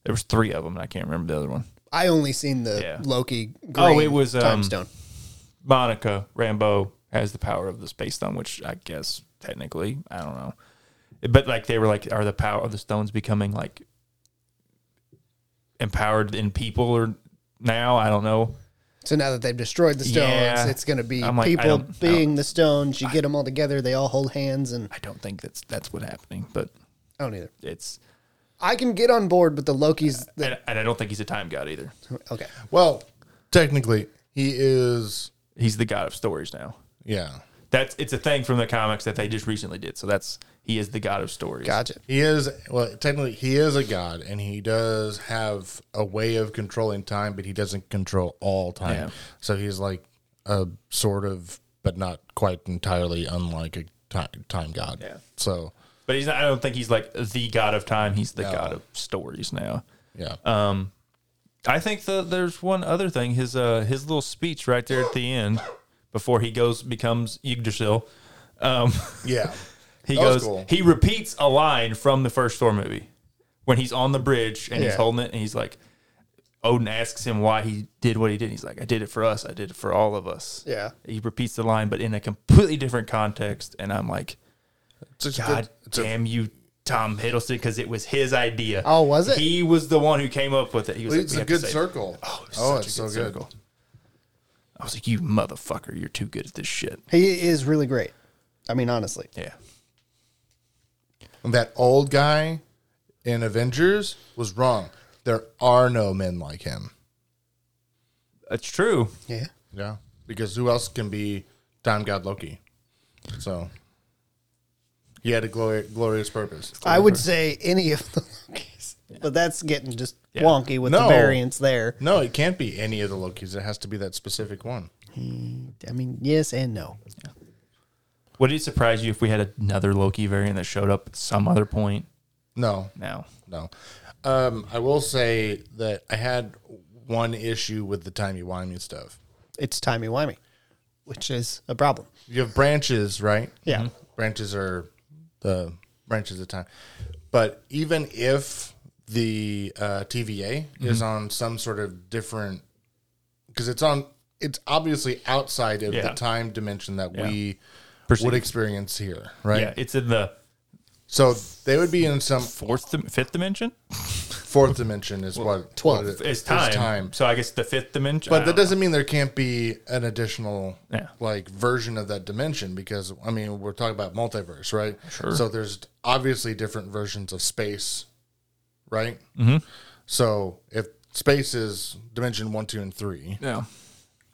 [SPEAKER 3] There was three of them, and I can't remember the other one.
[SPEAKER 1] I only seen the
[SPEAKER 3] Yeah.
[SPEAKER 1] Loki.
[SPEAKER 3] Oh,
[SPEAKER 1] green
[SPEAKER 3] it was,
[SPEAKER 1] time
[SPEAKER 3] um,
[SPEAKER 1] stone.
[SPEAKER 3] Monica Rambeau has the power of the space stone, which I guess technically I don't know, but like they were like, are the power of the stones becoming like empowered in people or now? I don't know.
[SPEAKER 1] So now that they've destroyed the stones,
[SPEAKER 3] Yeah.
[SPEAKER 1] it's going to be
[SPEAKER 3] I'm like, I
[SPEAKER 1] people
[SPEAKER 3] don't- I
[SPEAKER 1] being the stones. You get them all together, they all hold hands, and
[SPEAKER 3] I don't think that's that's what happening, but
[SPEAKER 1] I don't either.
[SPEAKER 3] it's
[SPEAKER 1] I can get on board with the Loki's. The,
[SPEAKER 3] and, and I don't think he's a time god either.
[SPEAKER 1] okay,
[SPEAKER 2] well, technically, he is.
[SPEAKER 3] He's the god of stories now.
[SPEAKER 2] Yeah,
[SPEAKER 3] That's it's a thing from the comics that they just recently did. So that's he is the god of stories.
[SPEAKER 1] gotcha.
[SPEAKER 2] he is. Well, technically, he is a god, and he does have a way of controlling time, but he doesn't control all time.
[SPEAKER 3] Yeah.
[SPEAKER 2] So he's like a sort of, but not quite entirely, unlike a time, time god.
[SPEAKER 3] Yeah.
[SPEAKER 2] So
[SPEAKER 3] But he's not, I don't think he's like the god of time. He's the god of stories now.
[SPEAKER 2] yeah,
[SPEAKER 3] Uh, I think the, there's one other thing. His uh, his little speech right there at the end, before he goes becomes Yggdrasil. Um,
[SPEAKER 2] yeah.
[SPEAKER 3] he
[SPEAKER 2] That was
[SPEAKER 3] goes.
[SPEAKER 2] cool.
[SPEAKER 3] He repeats a line from the first Thor movie when he's on the bridge and he's
[SPEAKER 2] Yeah.
[SPEAKER 3] holding it and he's like, Odin asks him why he did what he did. He's like, I did it for us. I did it for all of us.
[SPEAKER 1] Yeah.
[SPEAKER 3] He repeats the line, but in a completely different context. And I'm like,
[SPEAKER 2] It's just
[SPEAKER 3] God
[SPEAKER 2] good- it's a-
[SPEAKER 3] damn you, Tom Hiddleston, because it was his idea.
[SPEAKER 1] Oh, was it?
[SPEAKER 3] He was the one who came up with it. He was like,
[SPEAKER 2] It's
[SPEAKER 3] "We
[SPEAKER 2] a
[SPEAKER 3] have to
[SPEAKER 2] good
[SPEAKER 3] say-
[SPEAKER 2] circle. Oh,
[SPEAKER 3] Such a
[SPEAKER 2] it's so good.
[SPEAKER 3] circle. I was like, you motherfucker, you're too good at this shit.
[SPEAKER 1] He is really great. I mean, honestly,
[SPEAKER 3] Yeah.
[SPEAKER 2] And that old guy in Avengers was wrong. There are no men like him.
[SPEAKER 3] That's true.
[SPEAKER 1] yeah.
[SPEAKER 2] Yeah. Because who else can be Time God Loki? So he had a glori- glorious purpose.
[SPEAKER 1] I would say any of the Lokis, but that's getting just wonky with the
[SPEAKER 2] No.
[SPEAKER 1] variants there.
[SPEAKER 2] No, it can't be any of the Lokis. It has to be that specific one.
[SPEAKER 1] Mm, I mean, yes and no.
[SPEAKER 3] Would it surprise you if we had another Loki variant that showed up at some other point?
[SPEAKER 2] No,
[SPEAKER 3] No.
[SPEAKER 2] no. Um, I will say that I had one issue with the timey-wimey stuff.
[SPEAKER 1] It's timey wimey, which is a problem.
[SPEAKER 2] You have branches, right?
[SPEAKER 3] Mm-hmm.
[SPEAKER 1] Yeah.
[SPEAKER 2] branches are the branches of time. But even if the uh, TVA
[SPEAKER 3] Mm-hmm.
[SPEAKER 2] is on some sort of different, because it's on, it's obviously outside of
[SPEAKER 3] Yeah.
[SPEAKER 2] the time dimension that we
[SPEAKER 3] Perceive.
[SPEAKER 2] would experience here, right?
[SPEAKER 3] Yeah, it's in the
[SPEAKER 2] So they would be in some
[SPEAKER 3] fourth, dim- fifth dimension.
[SPEAKER 2] fourth dimension, is what
[SPEAKER 1] twelfth
[SPEAKER 2] what it-
[SPEAKER 3] It's time.
[SPEAKER 2] is time.
[SPEAKER 3] So I guess the fifth dimension. Oh.
[SPEAKER 2] But that doesn't mean there can't be an additional
[SPEAKER 3] Yeah.
[SPEAKER 2] like version of that dimension because I mean we're talking about multiverse, right?
[SPEAKER 3] Sure.
[SPEAKER 2] So there's obviously different versions of space, right? Mm-hmm. So if space is dimension one, two, and three,
[SPEAKER 3] Yeah.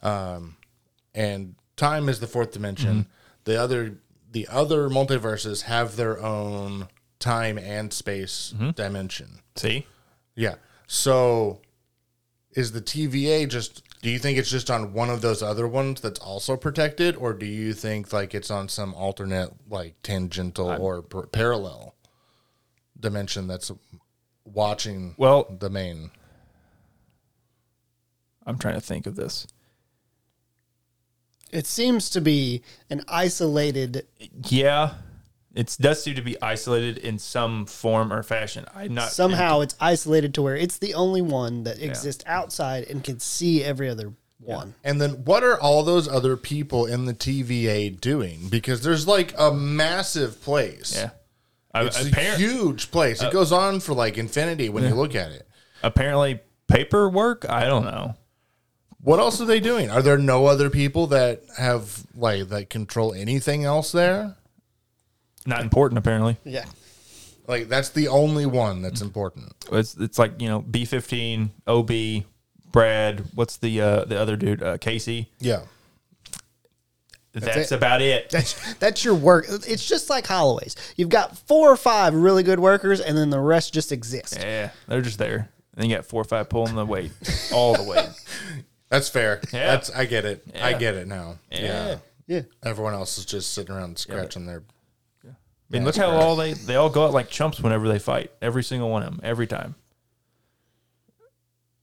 [SPEAKER 2] and time is the fourth dimension,
[SPEAKER 3] Mm-hmm.
[SPEAKER 2] the other the other multiverses have their own time and space
[SPEAKER 3] Mm-hmm.
[SPEAKER 2] dimension.
[SPEAKER 3] See,
[SPEAKER 2] Yeah. So is the TVA just do you think it's just on one of those other ones that's also protected or do you think like it's on some alternate like tangential or par- parallel dimension that's watching
[SPEAKER 3] Well-
[SPEAKER 2] the main
[SPEAKER 3] I'm trying to think of this.
[SPEAKER 1] It seems to be an isolated
[SPEAKER 3] Yeah, it does seem to be isolated in some form or fashion. I'm not
[SPEAKER 1] somehow it's isolated to where it's the only one that exists outside and can see every other one.
[SPEAKER 2] and then what are all those other people in the TVA doing because there's like a massive place
[SPEAKER 3] Yeah. I,
[SPEAKER 2] It's a
[SPEAKER 3] apparent- Uh,
[SPEAKER 2] huge place. It goes on for like infinity when you look at it.
[SPEAKER 3] apparently, paperwork. I don't know.
[SPEAKER 2] What else are they doing? Are there no other people that have like that control anything else there?
[SPEAKER 3] Not important. Apparently,
[SPEAKER 1] Yeah.
[SPEAKER 2] Like that's the only one that's important.
[SPEAKER 3] it's it's like you know B fifteen OB Brad. What's the uh, the other dude? Uh, Casey.
[SPEAKER 2] Yeah.
[SPEAKER 3] That's,
[SPEAKER 1] it.
[SPEAKER 3] about it.
[SPEAKER 1] That's that's your work. It's just like Holloway's. You've got four or five really good workers, and then the rest just exist.
[SPEAKER 3] Yeah, they're just there. And you got four or five pulling the weight, all the weight.
[SPEAKER 2] That's fair.
[SPEAKER 3] Yeah.
[SPEAKER 2] That's I get it. I
[SPEAKER 3] Yeah.
[SPEAKER 2] get it now. Yeah.
[SPEAKER 1] Yeah.
[SPEAKER 2] Everyone else is just sitting around scratching their
[SPEAKER 3] I mean, look how all they they all go out like chumps whenever they fight. Every single one of them, every time.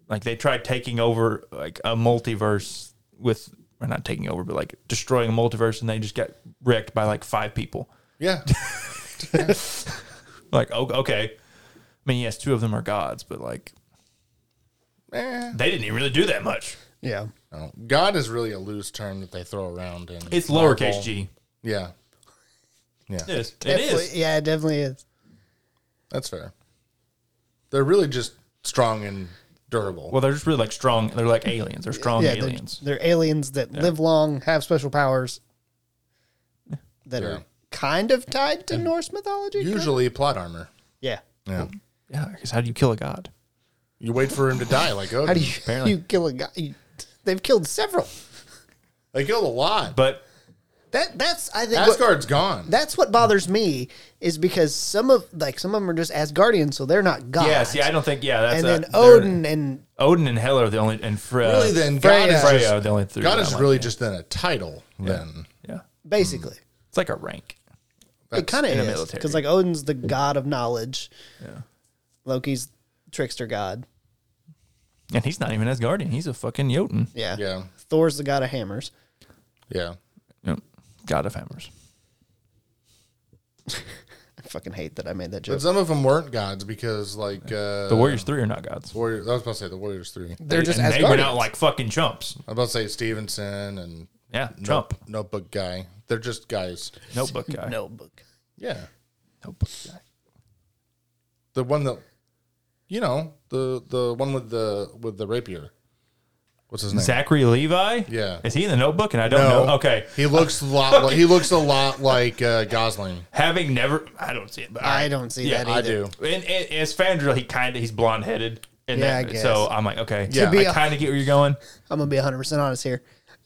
[SPEAKER 3] Like they tried taking over like a multiverse with, or not taking over, but like destroying a multiverse, and they just got wrecked by like five people.
[SPEAKER 2] Yeah.
[SPEAKER 3] Like, oh, okay. I mean, yes, two of them are gods, but like
[SPEAKER 2] Eh.
[SPEAKER 3] they didn't even really do that much.
[SPEAKER 1] Yeah.
[SPEAKER 2] No. God is really a loose term that they throw around in
[SPEAKER 3] It's
[SPEAKER 2] Marvel.
[SPEAKER 3] lowercase g.
[SPEAKER 2] Yeah. Yeah.
[SPEAKER 3] It is. It
[SPEAKER 1] Definitely-
[SPEAKER 3] is.
[SPEAKER 1] Yeah, it definitely is.
[SPEAKER 2] That's fair. They're really just strong and durable.
[SPEAKER 3] Well, they're just really like strong. They're like aliens. They're strong
[SPEAKER 1] yeah, they're-
[SPEAKER 3] aliens.
[SPEAKER 1] They're, aliens that live long, have special powers that
[SPEAKER 2] Yeah.
[SPEAKER 1] are kind of tied to Norse mythology. kind of?
[SPEAKER 2] Usually plot armor.
[SPEAKER 1] Yeah.
[SPEAKER 2] Yeah.
[SPEAKER 3] Yeah, because how do you kill a god?
[SPEAKER 2] You wait for him to die like oh, Odin.
[SPEAKER 1] How do you,
[SPEAKER 3] Apparently.
[SPEAKER 1] you kill a guy? You, they've killed several.
[SPEAKER 2] They killed a lot.
[SPEAKER 3] But
[SPEAKER 1] That that's I think what-
[SPEAKER 2] Asgard's gone.
[SPEAKER 1] that's what bothers me is because some of like some of them are just Asgardians, so they're not gods.
[SPEAKER 3] yeah, see, I don't think yeah. That's
[SPEAKER 1] Ah. and
[SPEAKER 3] a-
[SPEAKER 1] then
[SPEAKER 3] they're-
[SPEAKER 1] Odin and
[SPEAKER 3] Odin and Hela are the only and Fre-
[SPEAKER 2] really, then
[SPEAKER 1] Freya.
[SPEAKER 2] God is
[SPEAKER 3] Freya
[SPEAKER 2] just,
[SPEAKER 3] are the only three.
[SPEAKER 2] God
[SPEAKER 3] that
[SPEAKER 2] is
[SPEAKER 3] I'm
[SPEAKER 2] really
[SPEAKER 3] like,
[SPEAKER 2] just then a title. Then
[SPEAKER 3] yeah.
[SPEAKER 1] basically.
[SPEAKER 3] It's like a rank.
[SPEAKER 1] It kind of
[SPEAKER 3] Mm, in the
[SPEAKER 1] is
[SPEAKER 3] military.
[SPEAKER 1] because like Odin's the god of knowledge. Loki's trickster god.
[SPEAKER 3] And he's not even as guardian. He's a fucking Jotun.
[SPEAKER 1] Yeah.
[SPEAKER 2] Yeah.
[SPEAKER 1] Thor's the god of hammers.
[SPEAKER 2] yeah,
[SPEAKER 3] Yep. God of hammers.
[SPEAKER 1] I fucking hate that I made that
[SPEAKER 2] but
[SPEAKER 1] joke.
[SPEAKER 2] some of them weren't gods because like uh,
[SPEAKER 3] The Warriors three are not gods.
[SPEAKER 2] Warriors. I was about to say the Warriors three. I
[SPEAKER 1] They're just
[SPEAKER 3] and they went out
[SPEAKER 1] Asgardians.
[SPEAKER 3] like fucking chumps.
[SPEAKER 2] was about to say Stevenson and
[SPEAKER 3] Yeah,
[SPEAKER 2] Note-
[SPEAKER 3] Trump.
[SPEAKER 2] Notebook guy. They're just guys.
[SPEAKER 3] Notebook guy.
[SPEAKER 1] Notebook.
[SPEAKER 2] Yeah,
[SPEAKER 3] Notebook guy.
[SPEAKER 2] the one that you know the the one with the with the rapier. What's his name?
[SPEAKER 3] Zachary Levi?
[SPEAKER 2] Yeah.
[SPEAKER 3] Is he in the notebook? And I don't know. Oh, Okay.
[SPEAKER 2] He looks a lot. Like, he looks a lot like uh, Gosling.
[SPEAKER 3] Having never I don't see it, but
[SPEAKER 1] I don't see
[SPEAKER 3] Yeah,
[SPEAKER 1] that
[SPEAKER 2] I
[SPEAKER 1] either.
[SPEAKER 2] do.
[SPEAKER 3] And, and as Fandral, he kinda he's blonde headed. And
[SPEAKER 1] Yeah,
[SPEAKER 3] that,
[SPEAKER 1] I guess.
[SPEAKER 3] so I'm like, okay,
[SPEAKER 2] To
[SPEAKER 3] yeah,
[SPEAKER 1] be
[SPEAKER 3] I
[SPEAKER 1] a-
[SPEAKER 3] kinda get where you're going.
[SPEAKER 1] I'm gonna be 100 percent honest here.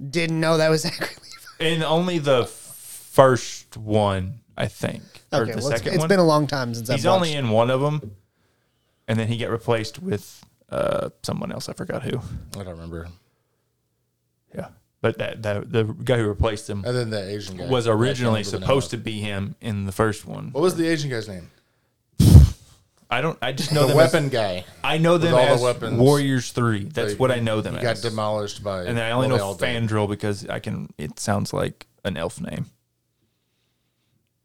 [SPEAKER 1] Didn't know that was Zachary Levi.
[SPEAKER 3] And only the first one, I think, or
[SPEAKER 1] Okay, well,
[SPEAKER 3] the
[SPEAKER 1] it's,
[SPEAKER 3] second
[SPEAKER 1] it's
[SPEAKER 3] one.
[SPEAKER 1] been a long time since I've
[SPEAKER 3] He's
[SPEAKER 1] watched.
[SPEAKER 3] only in one of them, and then he got replaced with uh, someone else. I forgot who.
[SPEAKER 2] I don't remember.
[SPEAKER 3] Yeah, but that, that the guy who replaced him
[SPEAKER 2] And then the Asian guy
[SPEAKER 3] was originally
[SPEAKER 2] I can't remember the name
[SPEAKER 3] supposed
[SPEAKER 2] of
[SPEAKER 3] to be him in the first one.
[SPEAKER 2] it. What was the Asian guy's name?
[SPEAKER 3] I don't. I just know
[SPEAKER 2] The
[SPEAKER 3] them.
[SPEAKER 2] weapon guy.
[SPEAKER 3] As, I know them
[SPEAKER 2] all the
[SPEAKER 3] as
[SPEAKER 2] weapons.
[SPEAKER 3] Warriors Three. That's
[SPEAKER 2] They-
[SPEAKER 3] what I know them
[SPEAKER 2] He got
[SPEAKER 3] as.
[SPEAKER 2] demolished by.
[SPEAKER 3] and then I only
[SPEAKER 2] well, they all
[SPEAKER 3] know
[SPEAKER 2] did.
[SPEAKER 3] Fandral because I can. It sounds like an elf name.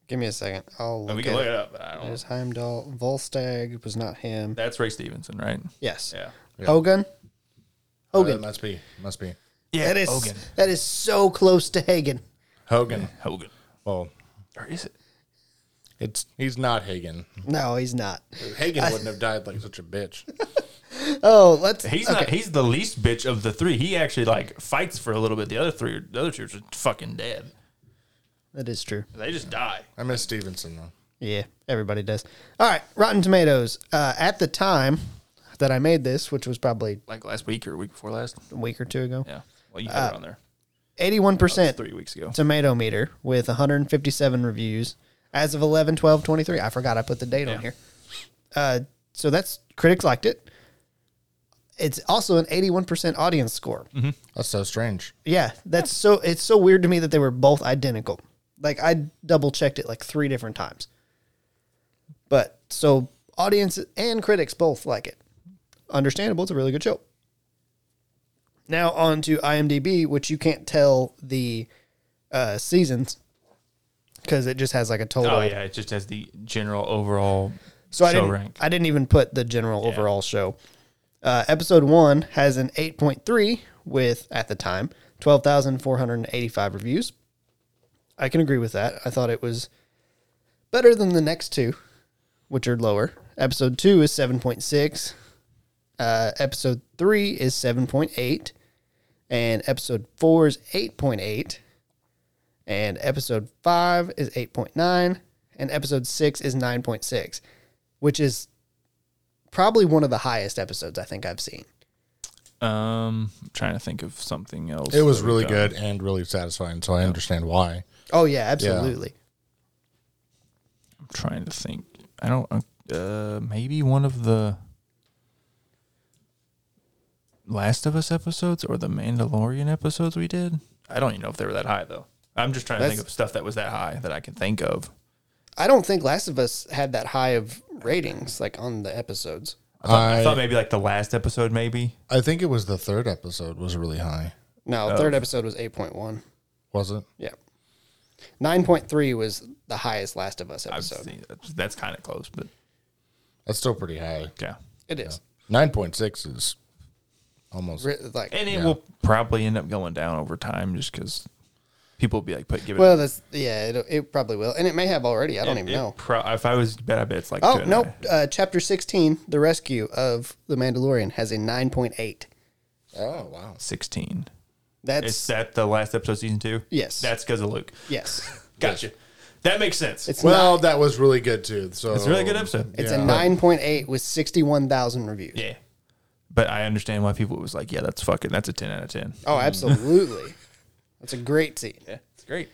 [SPEAKER 1] Give me a second. I'll
[SPEAKER 3] And
[SPEAKER 1] look
[SPEAKER 3] Oh, we
[SPEAKER 1] at
[SPEAKER 3] can look it up. I don't.
[SPEAKER 1] There's Heimdall. Volstagg was not him.
[SPEAKER 3] That's Ray Stevenson, right?
[SPEAKER 1] Yes.
[SPEAKER 3] Yeah.
[SPEAKER 1] Hogan.
[SPEAKER 2] Oh,
[SPEAKER 1] Hogan.
[SPEAKER 2] that must be. Must be.
[SPEAKER 3] Yeah.
[SPEAKER 1] that is
[SPEAKER 3] Hogan.
[SPEAKER 1] that is so close to Hagen.
[SPEAKER 2] Hogan.
[SPEAKER 3] Hogan.
[SPEAKER 2] Well,
[SPEAKER 3] Or is it?
[SPEAKER 2] it's he's not Hagen.
[SPEAKER 1] No, he's not.
[SPEAKER 2] Hagen wouldn't have died like such a bitch.
[SPEAKER 1] Oh, let's.
[SPEAKER 3] He's not. He's the least bitch of the three. He actually like fights for a little bit. The other three, the other two are just fucking dead.
[SPEAKER 1] That is true.
[SPEAKER 3] They just die.
[SPEAKER 2] I miss Stevenson though.
[SPEAKER 1] Yeah, everybody does. All right, Rotten Tomatoes. Uh, at the time that I made this, which was probably
[SPEAKER 3] Like last week or week before last.
[SPEAKER 1] a week or two ago,
[SPEAKER 3] Yeah. Well, you had it on there
[SPEAKER 1] eighty-one percent
[SPEAKER 3] three weeks ago.
[SPEAKER 1] tomato meter with 157 reviews as of 11 12 23 i forgot i put the date on
[SPEAKER 3] Yeah.
[SPEAKER 1] here uh, so that's critics liked it it's also an 81% audience score
[SPEAKER 2] That's so strange.
[SPEAKER 1] yeah that's so it's so weird to me that they were both identical like i double checked it like three different times but so audience and critics both like it understandable it's a really good show now on to imdb which you can't tell the uh, seasons because it just has like a total
[SPEAKER 3] Oh yeah, it just has the general overall
[SPEAKER 1] so I
[SPEAKER 3] show
[SPEAKER 1] didn't,
[SPEAKER 3] rank.
[SPEAKER 1] I didn't even put the general overall show. Uh, episode one has an 8.3 with, at the time, 12,485 reviews. I can agree with that. I thought it was better than the next two. which are lower. Episode two is 7.6. Uh, episode three is 7.8. And episode four is 8.8. And episode five is 8.9. And episode six is 9.6, which is probably one of the highest episodes I think I've seen.
[SPEAKER 3] Um, I'm trying to think of something else.
[SPEAKER 2] It was
[SPEAKER 3] that we've
[SPEAKER 2] really
[SPEAKER 3] done.
[SPEAKER 2] good and really satisfying, so I understand why.
[SPEAKER 1] Oh, yeah, absolutely.
[SPEAKER 3] I'm trying to think. I don't. Uh, maybe one of the Last of Us episodes or the Mandalorian episodes we did. I don't even know if they were that high though. I'm just trying to think
[SPEAKER 1] That's-
[SPEAKER 3] of stuff that was that high that I can think of.
[SPEAKER 1] I don't think Last of Us had that high of ratings like on the episodes.
[SPEAKER 3] I thought, I
[SPEAKER 2] I-
[SPEAKER 3] thought maybe like the last episode, maybe.
[SPEAKER 2] I think it was the third episode was really high,
[SPEAKER 1] No,
[SPEAKER 3] Oh.
[SPEAKER 1] third episode was 8.1.
[SPEAKER 2] was it?
[SPEAKER 1] Yeah. 9.3 was the highest Last of Us
[SPEAKER 3] I've
[SPEAKER 1] episode.
[SPEAKER 3] seen that's, that's kind of close, but
[SPEAKER 2] That's still pretty high.
[SPEAKER 3] yeah.
[SPEAKER 1] It is.
[SPEAKER 2] Nine point six is almost
[SPEAKER 1] Re- Like,
[SPEAKER 3] And it will probably end up going down over time just because people will be like, "Put give it."
[SPEAKER 1] well, that's, yeah, it, it probably will. And it may have already. I don't
[SPEAKER 3] it-
[SPEAKER 1] even
[SPEAKER 3] it
[SPEAKER 1] know.
[SPEAKER 3] pro- if I was to bet, I bet it's like.
[SPEAKER 1] Oh,
[SPEAKER 3] two and a
[SPEAKER 1] nope.
[SPEAKER 3] half.
[SPEAKER 1] Uh, chapter 16, The Rescue of the Mandalorian, has a 9.8.
[SPEAKER 2] Oh wow.
[SPEAKER 3] sixteen.
[SPEAKER 1] That's,
[SPEAKER 3] Is that the last episode, of season two?
[SPEAKER 1] Yes.
[SPEAKER 3] That's because of Luke.
[SPEAKER 1] yes.
[SPEAKER 3] Gotcha. That makes sense. It's,
[SPEAKER 1] It's
[SPEAKER 2] Well,
[SPEAKER 1] well,
[SPEAKER 2] that was really good too. So
[SPEAKER 3] a really good episode.
[SPEAKER 1] it's
[SPEAKER 2] yeah.
[SPEAKER 1] a 9.8 with 61,000 reviews.
[SPEAKER 3] yeah. But I understand why people was like, yeah, that's fucking, that's a 10 out of 10.
[SPEAKER 1] Oh, absolutely. that's a great scene.
[SPEAKER 3] Yeah, it's great.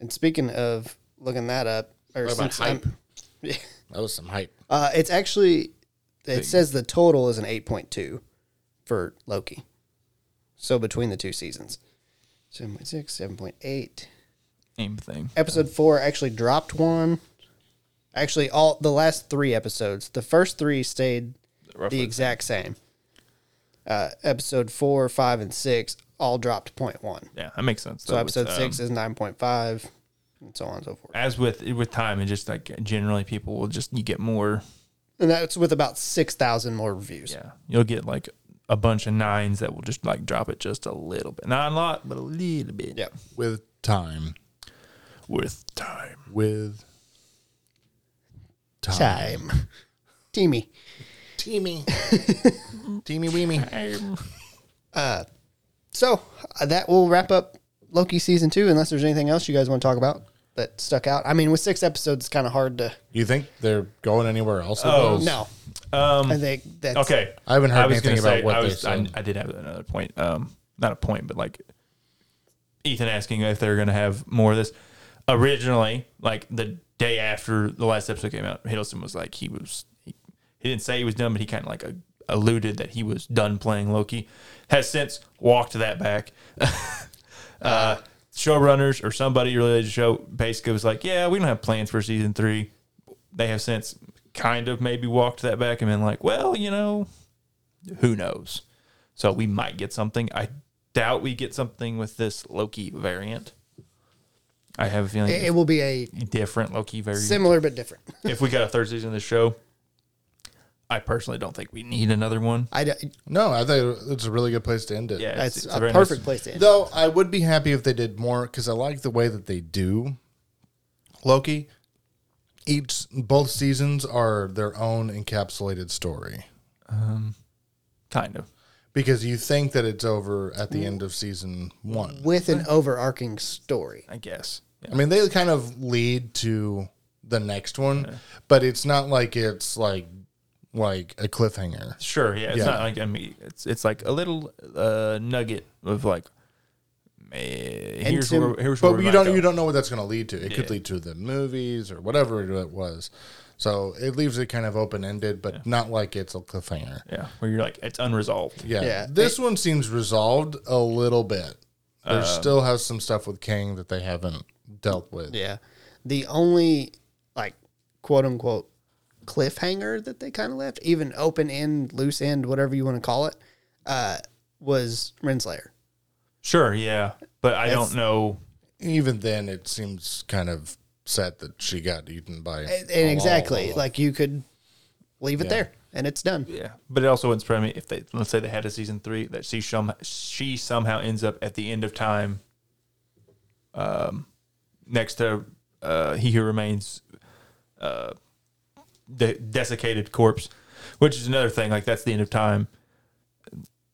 [SPEAKER 1] And speaking of looking that up, or
[SPEAKER 2] What about
[SPEAKER 1] since I'm-
[SPEAKER 2] That was some hype.
[SPEAKER 1] uh, it's actually it says the total is an eight point two for Loki. So between the two seasons, 7.6, 7.8.
[SPEAKER 3] Same thing.
[SPEAKER 1] Episode four actually dropped one. Actually, all the last three episodes, the first three stayed
[SPEAKER 3] Roughly
[SPEAKER 1] the
[SPEAKER 3] the
[SPEAKER 1] exact same. Uh, episode four, five, and six all dropped point one.
[SPEAKER 3] Yeah, that makes sense. um,
[SPEAKER 1] So episode six is nine point five, and so on and so forth.
[SPEAKER 3] As with with time and just like generally, people will just you get more.
[SPEAKER 1] And that's with about 6,000 more reviews.
[SPEAKER 3] Yeah, you'll get like a bunch of nines that will just like drop it just a little bit, not a lot, but a little bit.
[SPEAKER 1] Yeah.
[SPEAKER 2] With time.
[SPEAKER 3] with time.
[SPEAKER 2] With time.
[SPEAKER 1] Time. Teamy.
[SPEAKER 2] Teamy. Teamy weemy.
[SPEAKER 1] So uh, that will wrap up Loki season two, unless there's anything else you guys want to talk about that stuck out. I mean, with six episodes, it's kind of hard to.
[SPEAKER 2] You think they're going anywhere else? with
[SPEAKER 3] Oh.
[SPEAKER 2] those?
[SPEAKER 1] No.
[SPEAKER 3] Um,
[SPEAKER 1] I think that's.
[SPEAKER 3] Okay.
[SPEAKER 2] I haven't heard
[SPEAKER 3] was
[SPEAKER 2] anything
[SPEAKER 3] gonna
[SPEAKER 2] about what
[SPEAKER 3] I
[SPEAKER 2] they
[SPEAKER 3] was, I,
[SPEAKER 2] said.
[SPEAKER 3] I did have another point. Um, not a point, but like Ethan asking if they're going to have more of this. Originally, like the day after the last episode came out, Hiddleston was like he was he, he didn't say he was done, but he kind of like uh, alluded that he was done playing Loki. Has since walked that back. uh, showrunners or somebody related to the show basically was like, yeah, we don't have plans for season three. They have since kind of maybe walked that back and been like, well, you know, who knows? So we might get something. I doubt we get something with this Loki variant. I have a feeling
[SPEAKER 1] It, it
[SPEAKER 3] it's
[SPEAKER 1] will be a
[SPEAKER 3] different Loki variant
[SPEAKER 1] similar but different.
[SPEAKER 3] if we got a third season of the show, I personally don't think we need another one.
[SPEAKER 1] I, d-
[SPEAKER 2] No, I think it's a really good place to end it.
[SPEAKER 3] Yeah,
[SPEAKER 1] that's a
[SPEAKER 3] very
[SPEAKER 1] perfect
[SPEAKER 3] nice-
[SPEAKER 1] place to end.
[SPEAKER 2] Though I would be happy if they did more because I like the way that they do Loki. Each both seasons are their own encapsulated story
[SPEAKER 3] kind of.
[SPEAKER 2] because you think that it's over at the end of season one.
[SPEAKER 1] with an overarching story.
[SPEAKER 3] I guess. Yeah.
[SPEAKER 2] I mean, they kind of lead to the next one, but it's not like it's like like a cliffhanger.
[SPEAKER 3] Sure. Yeah. It's
[SPEAKER 2] Yeah.
[SPEAKER 3] not like I mean, it's it's like a little uh, nugget of like, eh, here's
[SPEAKER 1] Tim-
[SPEAKER 3] where here's where
[SPEAKER 2] But
[SPEAKER 3] we
[SPEAKER 2] you
[SPEAKER 3] might
[SPEAKER 2] don't
[SPEAKER 3] go.
[SPEAKER 2] you don't know what that's going to lead to. It could lead to the movies or whatever it was. So it leaves it kind of open ended, but not like it's a cliffhanger.
[SPEAKER 3] Yeah, where you're like it's unresolved.
[SPEAKER 2] Yeah.
[SPEAKER 1] Yeah.
[SPEAKER 2] This one seems resolved a little bit. There still has some stuff with King that they haven't dealt with.
[SPEAKER 1] Yeah. The only, like, quote unquote, cliffhanger that they kind of left, even open end, loose end, whatever you want to call it, uh, was Renslayer.
[SPEAKER 3] Sure. Yeah, but I
[SPEAKER 1] It's-
[SPEAKER 3] don't know.
[SPEAKER 2] Even then, it seems kind of sad that she got eaten by.
[SPEAKER 1] And
[SPEAKER 3] Oh,
[SPEAKER 1] and exactly. Like, you could leave it
[SPEAKER 2] Yeah.
[SPEAKER 1] there and it's done.
[SPEAKER 3] Yeah, but it also wouldn't surprise me if they let's say they had a season three that she some she somehow ends up at the end of time, um, next to uh, he who remains, uh, the desiccated corpse, which is another thing. Like that's the end of time.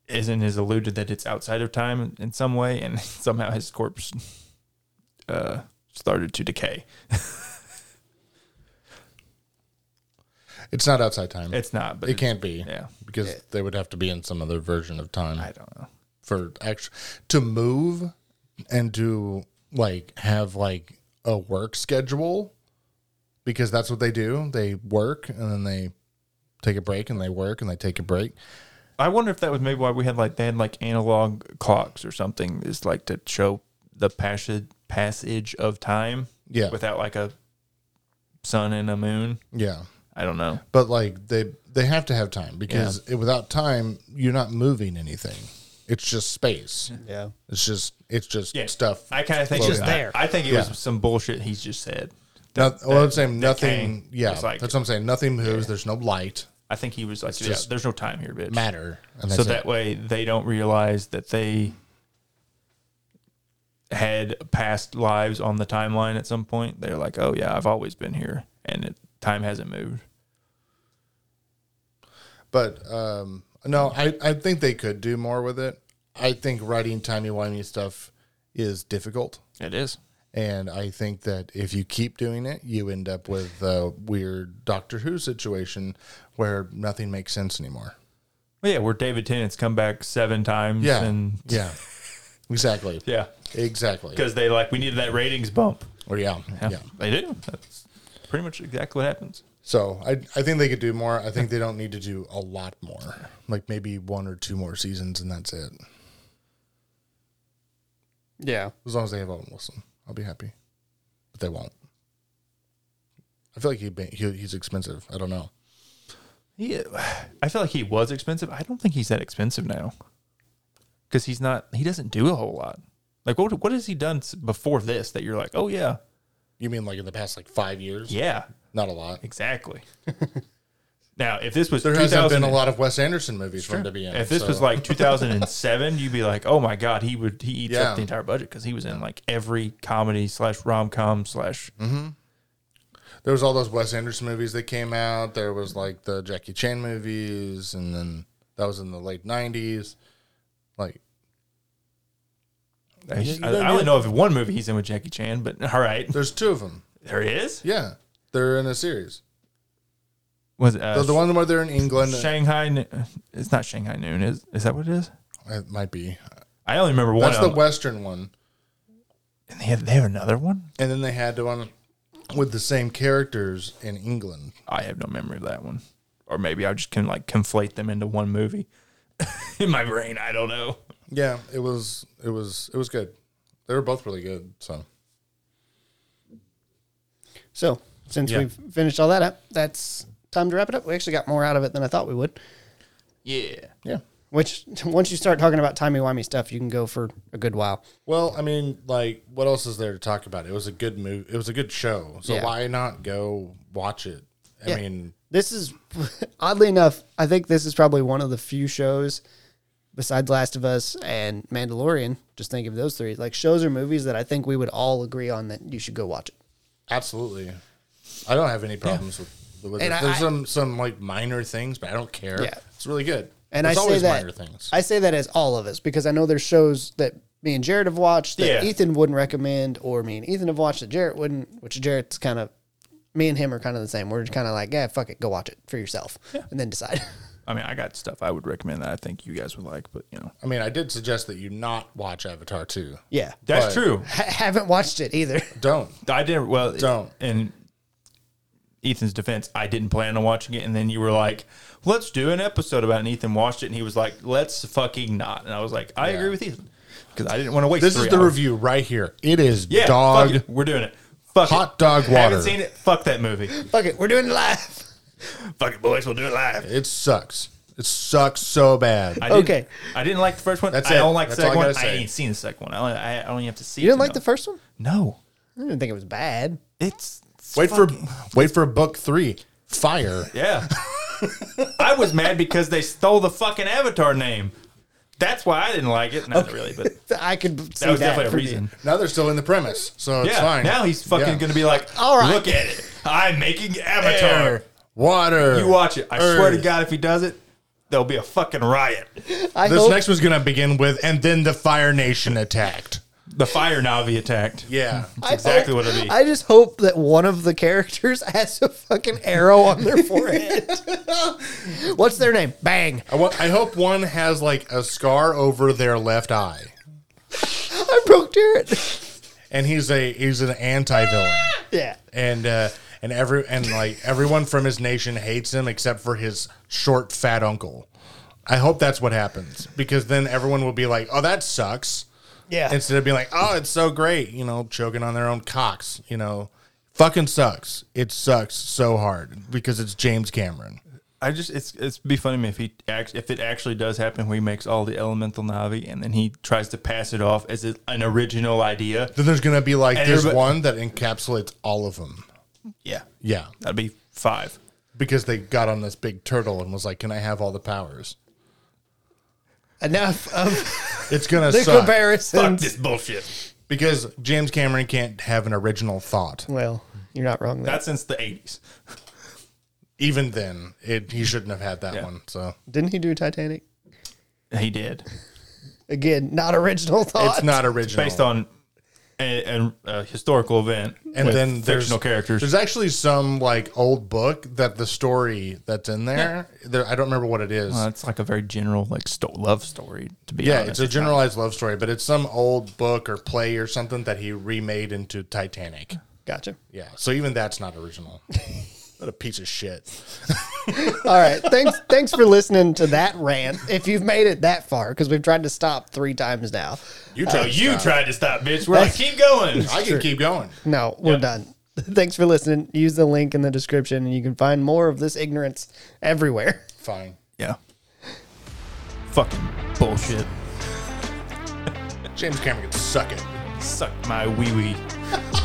[SPEAKER 3] Isn't is alluded that it's outside of time in some way, and somehow his corpse uh, started to decay.
[SPEAKER 2] It's not outside time.
[SPEAKER 3] It's not, but
[SPEAKER 2] it can't be
[SPEAKER 3] Yeah,
[SPEAKER 2] because they would have to be in some other version of time
[SPEAKER 3] I don't know.
[SPEAKER 2] for actually to move and to like have like a work schedule because that's what they do. They work and then they take a break and they work and they take a break.
[SPEAKER 3] I wonder if that was maybe why we had like they had like analog clocks or something, is like to show the passage passage of time
[SPEAKER 2] Yeah.
[SPEAKER 3] without like a sun and a moon.
[SPEAKER 2] yeah.
[SPEAKER 3] I don't know.
[SPEAKER 2] But like they they have to have time because it, without time you're not moving anything. It's just space.
[SPEAKER 1] Yeah.
[SPEAKER 2] It's just it's just
[SPEAKER 3] Yeah.
[SPEAKER 2] stuff.
[SPEAKER 3] I kind of think
[SPEAKER 1] It's just
[SPEAKER 3] I-
[SPEAKER 1] there.
[SPEAKER 3] I, think it
[SPEAKER 2] Yeah.
[SPEAKER 3] was some bullshit he's just said.
[SPEAKER 2] Not, well, I'm saying
[SPEAKER 3] that
[SPEAKER 2] nothing.
[SPEAKER 3] came.
[SPEAKER 2] yeah,
[SPEAKER 3] It's like-
[SPEAKER 2] that's what I'm saying. Nothing moves. There's no light,
[SPEAKER 3] I think he was like, yeah,
[SPEAKER 2] just-
[SPEAKER 3] "There's no time here, bitch."
[SPEAKER 2] matter, and
[SPEAKER 3] so
[SPEAKER 2] that's
[SPEAKER 3] that
[SPEAKER 2] it.
[SPEAKER 3] way they don't realize that they had past lives on the timeline at some point. They're like, "Oh yeah, I've always been here, and it, time hasn't moved."
[SPEAKER 2] But um, no, I, I think they could do more with it. I think writing timey wimey stuff is difficult,
[SPEAKER 3] It is.
[SPEAKER 2] and I think that if you keep doing it, you end up with a weird Doctor Who situation where nothing makes sense anymore.
[SPEAKER 3] Well, yeah, where David Tennant's come back seven times.
[SPEAKER 2] Yeah,
[SPEAKER 3] and
[SPEAKER 2] yeah, exactly,
[SPEAKER 3] yeah,
[SPEAKER 2] exactly.
[SPEAKER 3] because they like we needed that ratings bump.
[SPEAKER 2] Or yeah,
[SPEAKER 3] Yeah,
[SPEAKER 2] yeah.
[SPEAKER 3] they do. That's pretty much exactly what happens.
[SPEAKER 2] So I I think they could do more. I think they don't need to do a lot more. Like maybe one or two more seasons, and that's it.
[SPEAKER 1] Yeah.
[SPEAKER 2] As long as they have Owen Wilson, I'll be happy. But they won't. I feel like he, be, he he's expensive. I don't know.
[SPEAKER 3] He, I feel like he was expensive. I don't think he's that expensive now, because he's not. He doesn't do a whole lot. Like what? What has he done s- before this that you're like, oh yeah,
[SPEAKER 2] You mean like in the past like five years?
[SPEAKER 3] yeah,
[SPEAKER 2] Not a lot.
[SPEAKER 3] exactly. now, if this was
[SPEAKER 2] There hasn't
[SPEAKER 3] 2000
[SPEAKER 2] been a lot of Wes Anderson movies from WN.
[SPEAKER 3] If this was like 2007, you'd be like, "Oh my god, he would he eats
[SPEAKER 2] Yeah.
[SPEAKER 3] up the entire budget because he was in like every comedy slash rom com slash
[SPEAKER 2] Mm-hmm. there was all those Wes Anderson movies that came out. There was like the Jackie Chan movies, and then that was in the late '90s. Like
[SPEAKER 3] I, just-
[SPEAKER 2] you
[SPEAKER 3] I-
[SPEAKER 2] don't
[SPEAKER 3] I only
[SPEAKER 2] need-
[SPEAKER 3] know of one movie he's in with Jackie Chan, but all right,
[SPEAKER 2] there's two of them.
[SPEAKER 3] there he is.
[SPEAKER 2] Yeah, they're in a series.
[SPEAKER 3] Was it, uh,
[SPEAKER 2] The, the one uh, where they're in England.
[SPEAKER 3] Shanghai? N- It's not Shanghai Noon. Is is that what it is?
[SPEAKER 2] It might be.
[SPEAKER 3] I only remember one.
[SPEAKER 2] That's
[SPEAKER 3] Of
[SPEAKER 2] the
[SPEAKER 3] them.
[SPEAKER 2] Western one.
[SPEAKER 3] And they have they have another one.
[SPEAKER 2] And then they had one with the same characters in England.
[SPEAKER 3] I have no memory of that one, or maybe I just can like conflate them into one movie in my brain. I don't know.
[SPEAKER 2] Yeah, it was it was it was good. They were both really good. So
[SPEAKER 1] So since
[SPEAKER 3] Yeah.
[SPEAKER 1] we've finished all that up, that's time to wrap it up. We actually got more out of it than I thought we would.
[SPEAKER 3] Yeah.
[SPEAKER 2] yeah.
[SPEAKER 1] Which once you start talking about timey wimey stuff, you can go for a good while.
[SPEAKER 2] Well, I mean, like, what else is there to talk about? It was a good movie. It was a good show. So
[SPEAKER 1] Yeah.
[SPEAKER 2] why not go watch it? I
[SPEAKER 1] Yeah.
[SPEAKER 2] mean,
[SPEAKER 1] This is oddly enough, I think this is probably one of the few shows besides Last of Us and Mandalorian. Just think of those three, like shows or movies that I think we would all agree on that you should go watch it.
[SPEAKER 2] absolutely. I don't have any problems with. with it.
[SPEAKER 1] And I-
[SPEAKER 2] There's
[SPEAKER 1] I-
[SPEAKER 2] some some like minor things, but I don't care.
[SPEAKER 1] Yeah.
[SPEAKER 2] it's really good.
[SPEAKER 1] And
[SPEAKER 2] There's
[SPEAKER 1] I say
[SPEAKER 2] always
[SPEAKER 1] that
[SPEAKER 2] minor things.
[SPEAKER 1] I say that as all of us because I know there's shows that me and Jared have watched that
[SPEAKER 3] Yeah.
[SPEAKER 1] Ethan wouldn't recommend, or me and Ethan have watched that Jarrett wouldn't. Which Jarrett's kind of me and him are kind of the same. We're just kind of like, yeah, fuck it, go watch it for yourself, and then decide.
[SPEAKER 3] I mean, I got stuff I would recommend that I think you guys would like, but you know,
[SPEAKER 2] I mean, I did suggest that you not watch Avatar two.
[SPEAKER 1] yeah,
[SPEAKER 3] that's
[SPEAKER 2] But-
[SPEAKER 3] true.
[SPEAKER 1] Ha- haven't watched it either.
[SPEAKER 2] Don't.
[SPEAKER 3] I didn't. Well,
[SPEAKER 2] Don't.
[SPEAKER 3] In Ethan's defense, I didn't plan on watching it, and then you were like, "Let's do an episode about." it. And Ethan watched it, and he was like, "Let's fucking not." And I was like, "I agree with Ethan," because I didn't want to waste.
[SPEAKER 2] This
[SPEAKER 3] three
[SPEAKER 2] is the
[SPEAKER 3] hours.
[SPEAKER 2] review right here. It is
[SPEAKER 3] Yeah,
[SPEAKER 2] dog
[SPEAKER 3] fuck it. We're doing it. Fuck it.
[SPEAKER 2] Hot dog water.
[SPEAKER 3] Haven't seen it. Fuck that movie.
[SPEAKER 1] fuck it, we're doing it live.
[SPEAKER 3] fuck it, boys. We'll do it live.
[SPEAKER 2] It sucks. It sucks so bad.
[SPEAKER 3] I didn't,
[SPEAKER 1] Okay.
[SPEAKER 3] I didn't like the first one.
[SPEAKER 2] That's
[SPEAKER 3] I
[SPEAKER 2] it.
[SPEAKER 3] don't like the
[SPEAKER 2] That's all
[SPEAKER 3] second
[SPEAKER 2] I
[SPEAKER 3] one.
[SPEAKER 2] gotta
[SPEAKER 3] I
[SPEAKER 2] say.
[SPEAKER 3] ain't seen the second one. I only, I I only have to see.
[SPEAKER 1] You didn't like the first one?
[SPEAKER 3] No,
[SPEAKER 1] I didn't think it was bad.
[SPEAKER 3] it's, it's
[SPEAKER 2] wait for wait for book three. Fire.
[SPEAKER 3] Yeah. I was mad because they stole the fucking Avatar name. That's why I didn't like it. Not really, but that
[SPEAKER 1] I could see that
[SPEAKER 3] was definitely
[SPEAKER 1] for
[SPEAKER 3] a
[SPEAKER 1] me.
[SPEAKER 3] reason.
[SPEAKER 2] Now they're still in the premise, so it's
[SPEAKER 3] Yeah.
[SPEAKER 2] fine.
[SPEAKER 3] Now he's fucking
[SPEAKER 2] Yeah.
[SPEAKER 3] gonna be like,
[SPEAKER 1] All right.
[SPEAKER 3] look at it. I'm making Avatar.
[SPEAKER 2] Air. Water.
[SPEAKER 3] You watch it. I swear to
[SPEAKER 2] Earth.
[SPEAKER 3] God, if he does it, there'll be a fucking riot.
[SPEAKER 1] I
[SPEAKER 2] This
[SPEAKER 1] hope
[SPEAKER 2] next one's gonna begin with, and then the Fire Nation attacked.
[SPEAKER 3] The fire Navi attacked.
[SPEAKER 2] Yeah,
[SPEAKER 3] That's exactly what it'll be.
[SPEAKER 1] I just hope that one of the characters has a fucking arrow on their forehead. What's their name? Bang.
[SPEAKER 2] I, wa- I hope one has like a scar over their left eye,
[SPEAKER 1] I broke Jared.
[SPEAKER 2] and he's a he's an anti villain,
[SPEAKER 1] yeah.
[SPEAKER 2] and uh, and every and like everyone from his nation hates him except for his short fat uncle. I hope that's what happens because then everyone will be like, "Oh, that sucks,"
[SPEAKER 1] Yeah.
[SPEAKER 2] instead of being like, "Oh, it's so great," you know, choking on their own cocks, you know. Fucking sucks. It sucks so hard because it's James Cameron.
[SPEAKER 3] I just it's it's be funny to me if he act, if it actually does happen where he makes all the elemental Navi and then he tries to pass it off as a, an original idea.
[SPEAKER 2] Then there's gonna be like
[SPEAKER 3] And
[SPEAKER 2] there's
[SPEAKER 3] everybody-
[SPEAKER 2] one that encapsulates all of them.
[SPEAKER 3] Yeah,
[SPEAKER 2] Yeah,
[SPEAKER 3] that'd be five.
[SPEAKER 2] because they got on this big turtle and was like, "Can I have all the powers?"
[SPEAKER 1] Enough of
[SPEAKER 2] It's gonna
[SPEAKER 1] the
[SPEAKER 2] suck
[SPEAKER 3] Fuck
[SPEAKER 1] comparisons.
[SPEAKER 3] this bullshit.
[SPEAKER 2] because James Cameron can't have an original thought.
[SPEAKER 1] Well, you're not wrong there.
[SPEAKER 3] That's since the eighties.
[SPEAKER 2] Even then, it, he shouldn't have had that
[SPEAKER 3] Yeah.
[SPEAKER 2] one. So
[SPEAKER 1] Didn't he do Titanic?
[SPEAKER 3] He did
[SPEAKER 1] Again, not original thought.
[SPEAKER 2] it's not original.
[SPEAKER 3] based on a, a, a historical event
[SPEAKER 2] and
[SPEAKER 3] with
[SPEAKER 2] then there's
[SPEAKER 3] fictional characters.
[SPEAKER 2] There's actually some like old book that the story that's in there. there I don't remember what it is.
[SPEAKER 3] Uh, it's like a very general like sto- love story to be
[SPEAKER 2] yeah,
[SPEAKER 3] honest.
[SPEAKER 2] it's a generalized love story, but it's some old book or play or something that he remade into Titanic.
[SPEAKER 1] Gotcha.
[SPEAKER 2] Yeah, so even that's not original. what a piece of shit.
[SPEAKER 1] All right. Thanks thanks for listening to that rant. If you've made it that far, because we've tried to stop three times now.
[SPEAKER 2] You
[SPEAKER 3] So
[SPEAKER 2] try.
[SPEAKER 3] you tried to stop, bitch. We're like, keep going.
[SPEAKER 2] I can keep going.
[SPEAKER 1] No, we're done. Thanks for listening. Use the link in the description and you can find more of this ignorance everywhere.
[SPEAKER 2] Fine.
[SPEAKER 3] Yeah. Fucking bullshit.
[SPEAKER 2] James Cameron can suck it.
[SPEAKER 3] Suck my wee wee.